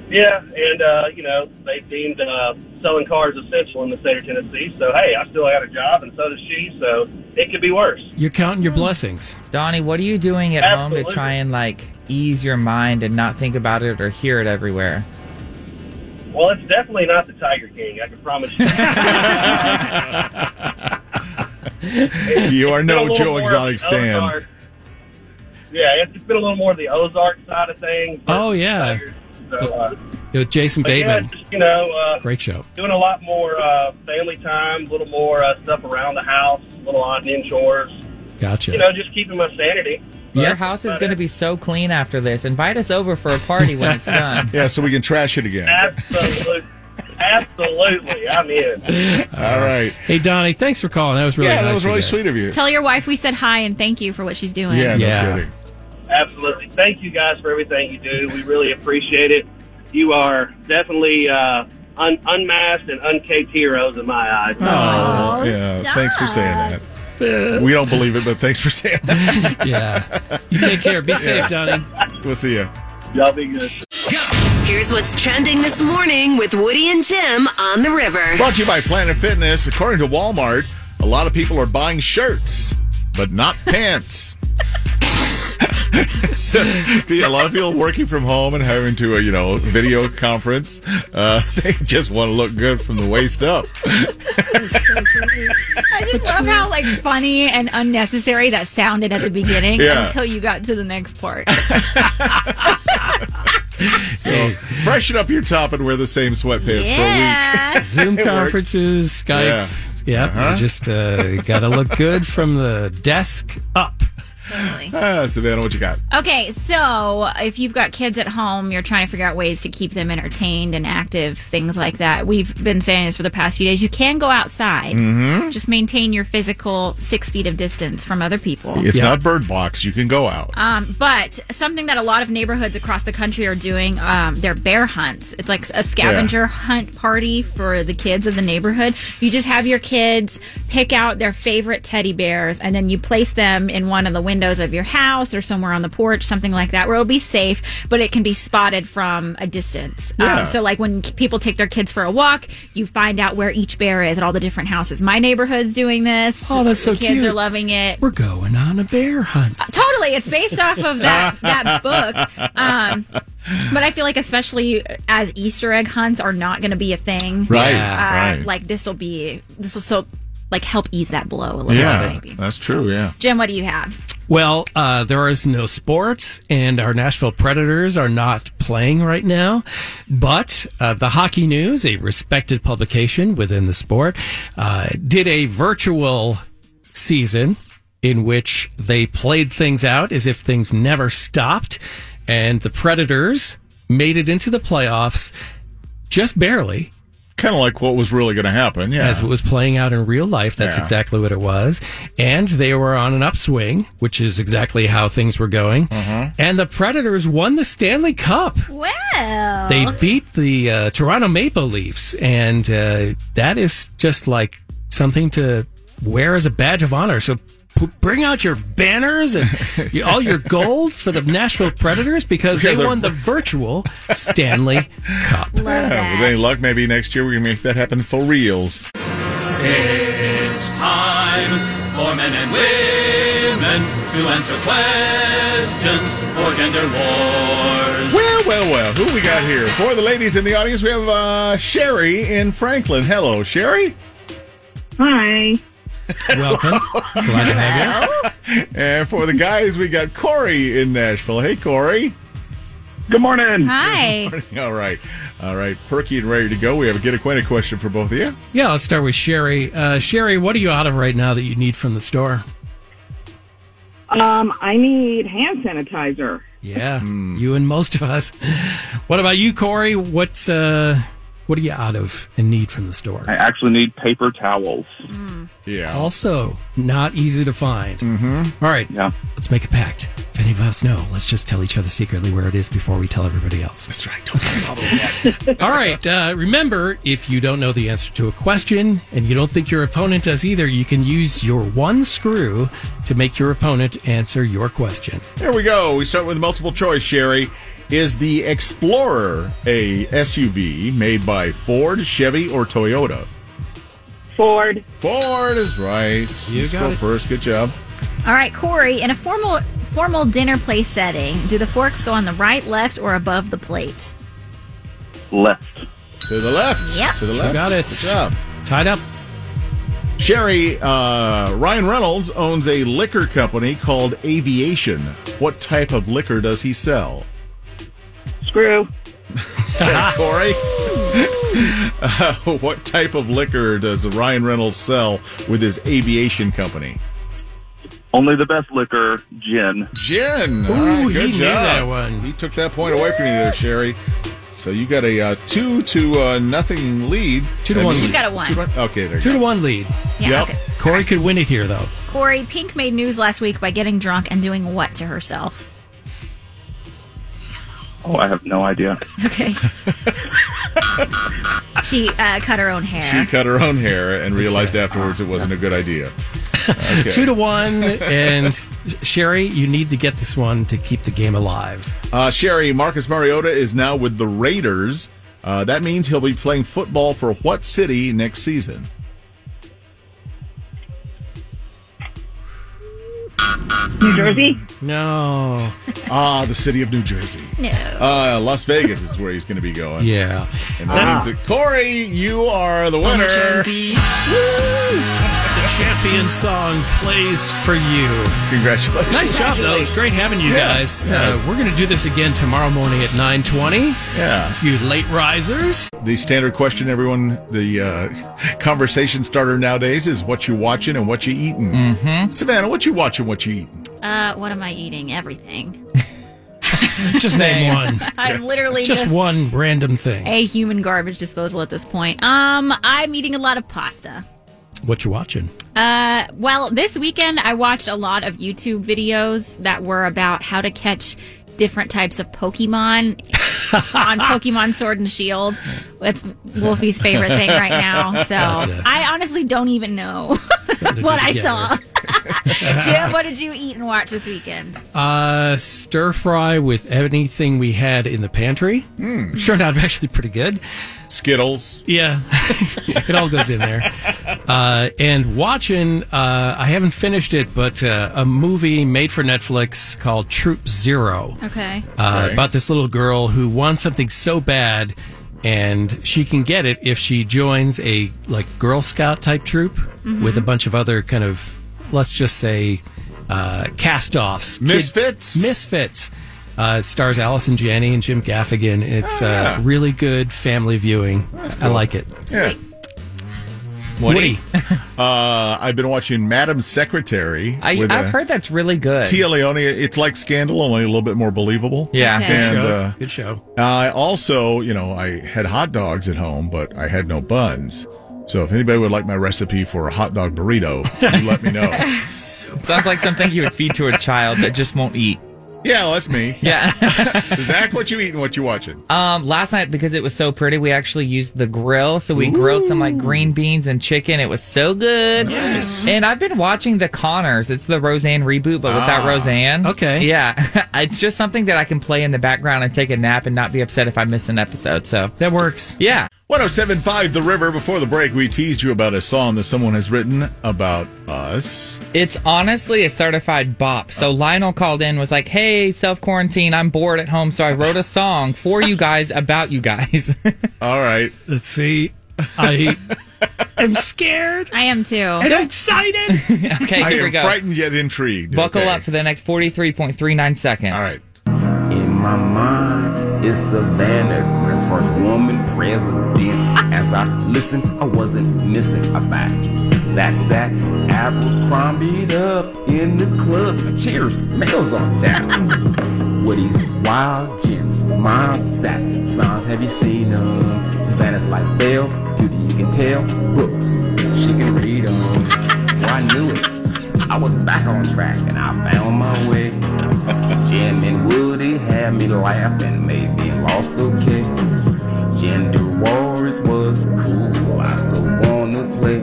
[SPEAKER 12] Yeah, and uh, you know they deemed uh, selling cars essential in the state of Tennessee. So hey, I still got a job, and so does she. So it could be worse.
[SPEAKER 7] You're counting your blessings.
[SPEAKER 9] Donnie, what are you doing at home
[SPEAKER 12] Absolutely.
[SPEAKER 9] to try and like ease your mind and not think about it or hear it everywhere?
[SPEAKER 12] Well, it's definitely not the Tiger King. I can promise you.
[SPEAKER 6] You are
[SPEAKER 12] It's been a
[SPEAKER 6] no
[SPEAKER 12] little
[SPEAKER 6] Joe
[SPEAKER 12] more of
[SPEAKER 6] Exotic
[SPEAKER 12] the
[SPEAKER 6] Stan.
[SPEAKER 12] Ozark. Yeah, it's been a little more of the Ozark side of things.
[SPEAKER 7] Oh yeah,
[SPEAKER 12] So, uh,
[SPEAKER 7] Yo, Jason
[SPEAKER 12] but yeah,
[SPEAKER 7] Bateman,
[SPEAKER 12] just, you know, uh,
[SPEAKER 7] great show.
[SPEAKER 12] doing a lot more uh, family time, a little more uh, stuff around the house, a little odd end chores.
[SPEAKER 7] Gotcha.
[SPEAKER 12] You know, just keeping my sanity.
[SPEAKER 9] Your house is going to be so clean after this. Invite us over for a party when it's done.
[SPEAKER 6] yeah, so we can trash it again.
[SPEAKER 12] Absolutely. Absolutely. I'm in.
[SPEAKER 6] All right.
[SPEAKER 7] Hey Donnie, thanks for calling. That was really
[SPEAKER 6] Yeah,
[SPEAKER 7] nice
[SPEAKER 6] that was
[SPEAKER 7] of
[SPEAKER 6] really
[SPEAKER 7] you.
[SPEAKER 6] sweet of you.
[SPEAKER 5] Tell your wife we said hi and thank you for what she's doing.
[SPEAKER 6] Yeah, no kidding.
[SPEAKER 12] Absolutely. Thank you guys for everything you do. We really appreciate it. You are definitely uh, un- unmasked and uncaped heroes in my eyes.
[SPEAKER 6] Oh, yeah. Thanks for saying that. We don't believe it, but thanks for saying that.
[SPEAKER 7] yeah. You take care. Be safe, Donnie.
[SPEAKER 6] We'll see you.
[SPEAKER 12] Y'all be good.
[SPEAKER 14] Here's what's trending this morning with Woody and Jim on the river.
[SPEAKER 6] Brought to you by Planet Fitness. According to Walmart, a lot of people are buying shirts, but not pants. so, yeah, a lot of people working from home and having to, uh, you know, video conference, uh, they just want to look good from the waist up.
[SPEAKER 5] I just love how like funny and unnecessary that sounded at the beginning
[SPEAKER 6] Yeah.
[SPEAKER 5] until you got to the next part.
[SPEAKER 6] So freshen up your top and wear the same sweatpants for a
[SPEAKER 5] Yeah.
[SPEAKER 6] week.
[SPEAKER 7] Zoom
[SPEAKER 6] It works.
[SPEAKER 7] conferences, Skype.
[SPEAKER 6] Yeah.
[SPEAKER 7] Yep,
[SPEAKER 6] Uh-huh.
[SPEAKER 7] you just uh, gotta look good from the desk up.
[SPEAKER 6] Ah, Savannah, what you got?
[SPEAKER 5] Okay, so if you've got kids at home, you're trying to figure out ways to keep them entertained and active, things like that. We've been saying this for the past few days. You can go outside.
[SPEAKER 6] Mhm.
[SPEAKER 5] Just maintain your physical six feet of distance from other people.
[SPEAKER 6] It's not bird box. You can go out.
[SPEAKER 5] Um, but something that a lot of neighborhoods across the country are doing, um, they're bear hunts. It's like a scavenger hunt party for the kids of the neighborhood. You just have your kids pick out their favorite teddy bears and then you place them in one of the windows of your house or somewhere on the porch, something like that, where it'll be safe, but it can be spotted from a distance.
[SPEAKER 18] Yeah.
[SPEAKER 5] Um, so, like when k- people take their kids for a walk, you find out where each bear is at all the different houses. My neighborhood's doing this.
[SPEAKER 7] Oh, that's so
[SPEAKER 5] the kids
[SPEAKER 7] cute.
[SPEAKER 5] are loving it.
[SPEAKER 7] We're going on a bear hunt.
[SPEAKER 5] Totally, it's based off of that that book. Um, but I feel like, especially as Easter egg hunts are not going to be a thing,
[SPEAKER 6] Right,
[SPEAKER 5] Uh,
[SPEAKER 6] right.
[SPEAKER 5] Like this will be this will so like help ease that blow a little bit.
[SPEAKER 6] yeah,
[SPEAKER 5] Maybe.
[SPEAKER 6] that's true. Yeah.
[SPEAKER 5] Jim, what do you have?
[SPEAKER 7] Well, uh, there is no sports, and our Nashville Predators are not playing right now. But uh, the Hockey News, a respected publication within the sport, uh, did a virtual season in which they played things out as if things never stopped, and the Predators made it into the playoffs just barely.
[SPEAKER 6] Kind of like what was really going to happen. Yeah.
[SPEAKER 7] As it was playing out in real life, that's
[SPEAKER 6] Yeah.
[SPEAKER 7] exactly what it was. And they were on an upswing, which is exactly how things were going. And the Predators won the Stanley Cup.
[SPEAKER 5] Well,
[SPEAKER 7] They beat the uh, Toronto Maple Leafs. And uh, that is just like something to wear as a badge of honor. So p- bring out your banners and y- all your gold for the Nashville Predators because
[SPEAKER 6] Yeah,
[SPEAKER 7] they
[SPEAKER 6] they're-
[SPEAKER 7] won the virtual Stanley Cup.
[SPEAKER 6] Yeah, Uh, with any luck, maybe next year we can make that happen for reals.
[SPEAKER 10] It's time for men and women to answer questions for gender wars.
[SPEAKER 6] Well, well, well. Who we got here? For the ladies in the audience, we have uh, Sherry in Franklin. Hello, Sherry.
[SPEAKER 19] Hi.
[SPEAKER 7] Welcome. Glad to
[SPEAKER 6] have you. And for the guys, we got Corey in Nashville. Hey, Corey.
[SPEAKER 18] Good morning.
[SPEAKER 5] Hi.
[SPEAKER 6] All right. All right. Perky and ready to go. We have a get acquainted question for both of you.
[SPEAKER 7] Yeah, let's start with Sherry. Uh, Sherry, what are you out of right now that you need from the store?
[SPEAKER 19] Um, I need hand sanitizer.
[SPEAKER 7] Yeah, you and most of us. What about you, Corey? What's uh, what are you out of and need from the store?
[SPEAKER 18] I actually need paper towels.
[SPEAKER 6] Yeah.
[SPEAKER 7] Also, not easy to find. Mm-hmm. right. Yeah. Let's make a pact. If any of us know, let's just tell each other secretly where it is before we tell everybody else. That's right. All right. Uh, remember, if you don't know the answer to a question and you don't think your opponent does either, you can use your one screw to make your opponent answer your question.
[SPEAKER 6] There we go. We start with multiple choice, Sherry. Is the Explorer a SUV made by Ford, Chevy, or Toyota?
[SPEAKER 17] Ford.
[SPEAKER 6] Ford is right. You Let's
[SPEAKER 5] got
[SPEAKER 6] go
[SPEAKER 5] it.
[SPEAKER 6] first. Good job.
[SPEAKER 5] All right, Corey. In a formal formal dinner place setting, do the forks go on the right, left, or above the plate?
[SPEAKER 6] Left. To the left.
[SPEAKER 5] Yep.
[SPEAKER 6] To the
[SPEAKER 5] You
[SPEAKER 6] left.
[SPEAKER 7] got it.
[SPEAKER 6] Good job.
[SPEAKER 7] Tied up.
[SPEAKER 6] Sherry, uh, Ryan Reynolds owns a liquor company called Aviation. What type of liquor does he sell?
[SPEAKER 17] Screw.
[SPEAKER 6] Corey? Uh, what type of liquor does Ryan Reynolds sell with his aviation company?
[SPEAKER 18] Only the best liquor, gin.
[SPEAKER 6] Gin. All right, good job. He took that point away from you there, Sherry. So you got a uh, two to uh, nothing lead.
[SPEAKER 7] Two to
[SPEAKER 6] That
[SPEAKER 7] one
[SPEAKER 6] means-
[SPEAKER 5] She's got a one.
[SPEAKER 6] two to Okay, there.
[SPEAKER 7] Two to one lead.
[SPEAKER 5] Yeah, Yep. okay.
[SPEAKER 7] Corey could win it here, though.
[SPEAKER 5] Corey, Pink made news last week by getting drunk and doing what to herself?
[SPEAKER 18] Oh, I have no idea.
[SPEAKER 5] Okay. she uh, cut her own hair.
[SPEAKER 6] She cut her own hair and realized afterwards it wasn't a good idea. Okay.
[SPEAKER 7] Two to one, and Sherry, you need to get this one to keep the game alive.
[SPEAKER 6] Uh, Sherry, Marcus Mariota is now with the Raiders. Uh, that means he'll be playing football for what city next season?
[SPEAKER 17] New Jersey.
[SPEAKER 7] No.
[SPEAKER 6] ah, the city of New Jersey.
[SPEAKER 5] No.
[SPEAKER 6] Uh, Las Vegas is where he's going to be going.
[SPEAKER 7] Yeah.
[SPEAKER 6] And that
[SPEAKER 7] Ah.
[SPEAKER 6] means that Corey, you are the winner.
[SPEAKER 7] The champion song plays for you.
[SPEAKER 6] Congratulations.
[SPEAKER 7] Nice job, though. It's great having you
[SPEAKER 6] Yeah.
[SPEAKER 7] guys.
[SPEAKER 6] Yeah.
[SPEAKER 7] Uh, we're going to do this again tomorrow morning at 9.20.
[SPEAKER 6] Yeah.
[SPEAKER 7] You late risers.
[SPEAKER 6] The standard question everyone, the uh, conversation starter nowadays is what you watching and what you eating. Mm-hmm. Savannah, what you watching, what you eating?
[SPEAKER 5] Uh, what am I eating? Everything.
[SPEAKER 7] Just name one.
[SPEAKER 5] I'm literally
[SPEAKER 7] Just,
[SPEAKER 5] just,
[SPEAKER 7] one random thing.
[SPEAKER 5] a human garbage disposal at this point. Um, I'm eating a lot of pasta.
[SPEAKER 7] What you watching?
[SPEAKER 5] Uh, well, this weekend I watched a lot of YouTube videos that were about how to catch different types of Pokemon on Pokemon Sword and Shield. That's Wolfie's favorite thing right now. So
[SPEAKER 7] Gotcha.
[SPEAKER 5] I honestly don't even know
[SPEAKER 7] to
[SPEAKER 5] what
[SPEAKER 7] do
[SPEAKER 5] I saw.
[SPEAKER 7] together.
[SPEAKER 5] Jim, what did you eat and watch this weekend?
[SPEAKER 7] Uh, stir fry with anything we had in the pantry.
[SPEAKER 5] Mm.
[SPEAKER 7] Which turned out actually pretty good.
[SPEAKER 6] Skittles.
[SPEAKER 7] Yeah. it all goes in there. Uh, and watching, uh, I haven't finished it, but uh, a movie made for Netflix called Troop Zero.
[SPEAKER 5] Okay.
[SPEAKER 7] uh,
[SPEAKER 5] Okay.
[SPEAKER 7] about this little girl who wants something so bad and she can get it if she joins a like girl scout type troop
[SPEAKER 5] Mhm.
[SPEAKER 7] with a bunch of other kind of let's just say uh, cast-offs Kid-
[SPEAKER 6] Misfits?
[SPEAKER 7] misfits uh, it stars Allison Janney and Jim Gaffigan. It's
[SPEAKER 6] Oh, yeah.
[SPEAKER 7] uh, really good family viewing. I
[SPEAKER 6] cool.
[SPEAKER 7] like it.
[SPEAKER 6] Yeah.
[SPEAKER 7] Woody.
[SPEAKER 6] uh, I've been watching Madam Secretary.
[SPEAKER 9] I,
[SPEAKER 6] with,
[SPEAKER 9] I've
[SPEAKER 6] uh,
[SPEAKER 9] heard that's really good.
[SPEAKER 6] Tia Leone, it's like Scandal, only a little bit more believable.
[SPEAKER 9] Yeah. Okay. Good
[SPEAKER 6] And,
[SPEAKER 9] show.
[SPEAKER 6] uh,
[SPEAKER 7] Good show.
[SPEAKER 6] I also, you know, I had hot dogs at home, but I had no buns. So if anybody would like my recipe for a hot dog burrito, you let me know.
[SPEAKER 9] Sounds like something you would feed to a child that just won't eat.
[SPEAKER 6] Yeah, well, that's me.
[SPEAKER 9] Yeah.
[SPEAKER 6] Zach, what you eating? What you watching?
[SPEAKER 9] Um, last night because it was so pretty, we actually used the grill. So we grilled some like green beans and chicken. It was so good.
[SPEAKER 6] Nice.
[SPEAKER 9] And I've been watching The Connors. It's the Roseanne reboot, but without
[SPEAKER 7] Ah,
[SPEAKER 9] Roseanne.
[SPEAKER 7] okay.
[SPEAKER 9] Yeah, it's just something that I can play in the background and take a nap and not be upset if I miss an episode. So
[SPEAKER 7] that works.
[SPEAKER 9] Yeah.
[SPEAKER 6] 1075 The River. Before the break, we teased you about a song that someone has written about us.
[SPEAKER 9] It's honestly a certified bop. So Lionel called in, was like, "Hey, self quarantine. I'm bored at home, so I wrote a song for you guys about you guys."
[SPEAKER 6] All right.
[SPEAKER 7] Let's see. I am scared.
[SPEAKER 5] I am too.
[SPEAKER 7] And I'm excited.
[SPEAKER 9] Okay,
[SPEAKER 6] I
[SPEAKER 9] here we
[SPEAKER 6] am
[SPEAKER 9] go.
[SPEAKER 6] frightened yet intrigued.
[SPEAKER 9] Buckle
[SPEAKER 6] Okay.
[SPEAKER 9] up for the next 43.39 seconds. All right.
[SPEAKER 20] In my mind, it's Savannah Grim, first woman president. As I listened, I wasn't missing a fact. That's that Abercrombie up in the club. Cheers, males on tap. With these wild gems, mom sat. Smiles, have you seen them? Savannah's like Belle, beauty you can tell. Books, she can read them. I knew it. I was back on track and I found my way. Jim and Woody had me laughing, made me lost okay. Gender wars was cool, I so wanna play.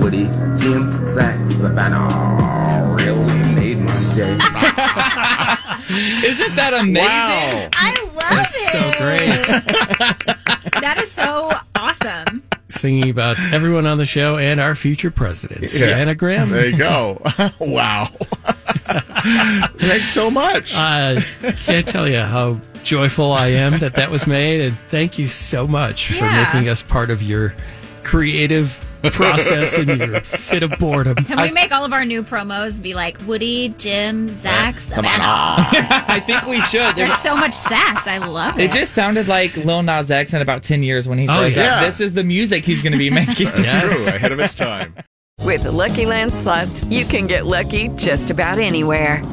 [SPEAKER 20] Woody, Jim, Zach, Savannah really made my day.
[SPEAKER 9] Isn't that amazing? Wow.
[SPEAKER 5] I love it. That is so awesome.
[SPEAKER 7] Singing about everyone on the show and our future president, Savannah Graham.
[SPEAKER 6] There you go. wow. Thanks so much.
[SPEAKER 9] Uh,
[SPEAKER 7] I Uh, can't tell you how joyful I am that that was made, and thank you so much
[SPEAKER 5] Yeah.
[SPEAKER 7] for making us part of your creative process and your fit of boredom.
[SPEAKER 5] Can we make all of our new promos be like Woody, Jim, Zach, Savannah?
[SPEAKER 9] Ah. I think we should.
[SPEAKER 5] There's so much sass. I love
[SPEAKER 9] It
[SPEAKER 5] it.
[SPEAKER 9] just sounded like Lil Nas X in about 10 years when he
[SPEAKER 7] Oh,
[SPEAKER 9] grows
[SPEAKER 7] yeah.
[SPEAKER 9] up. This is the music he's going to be making. That's
[SPEAKER 6] true, ahead of its time.
[SPEAKER 14] With the Lucky Land slots, you can get lucky just about anywhere.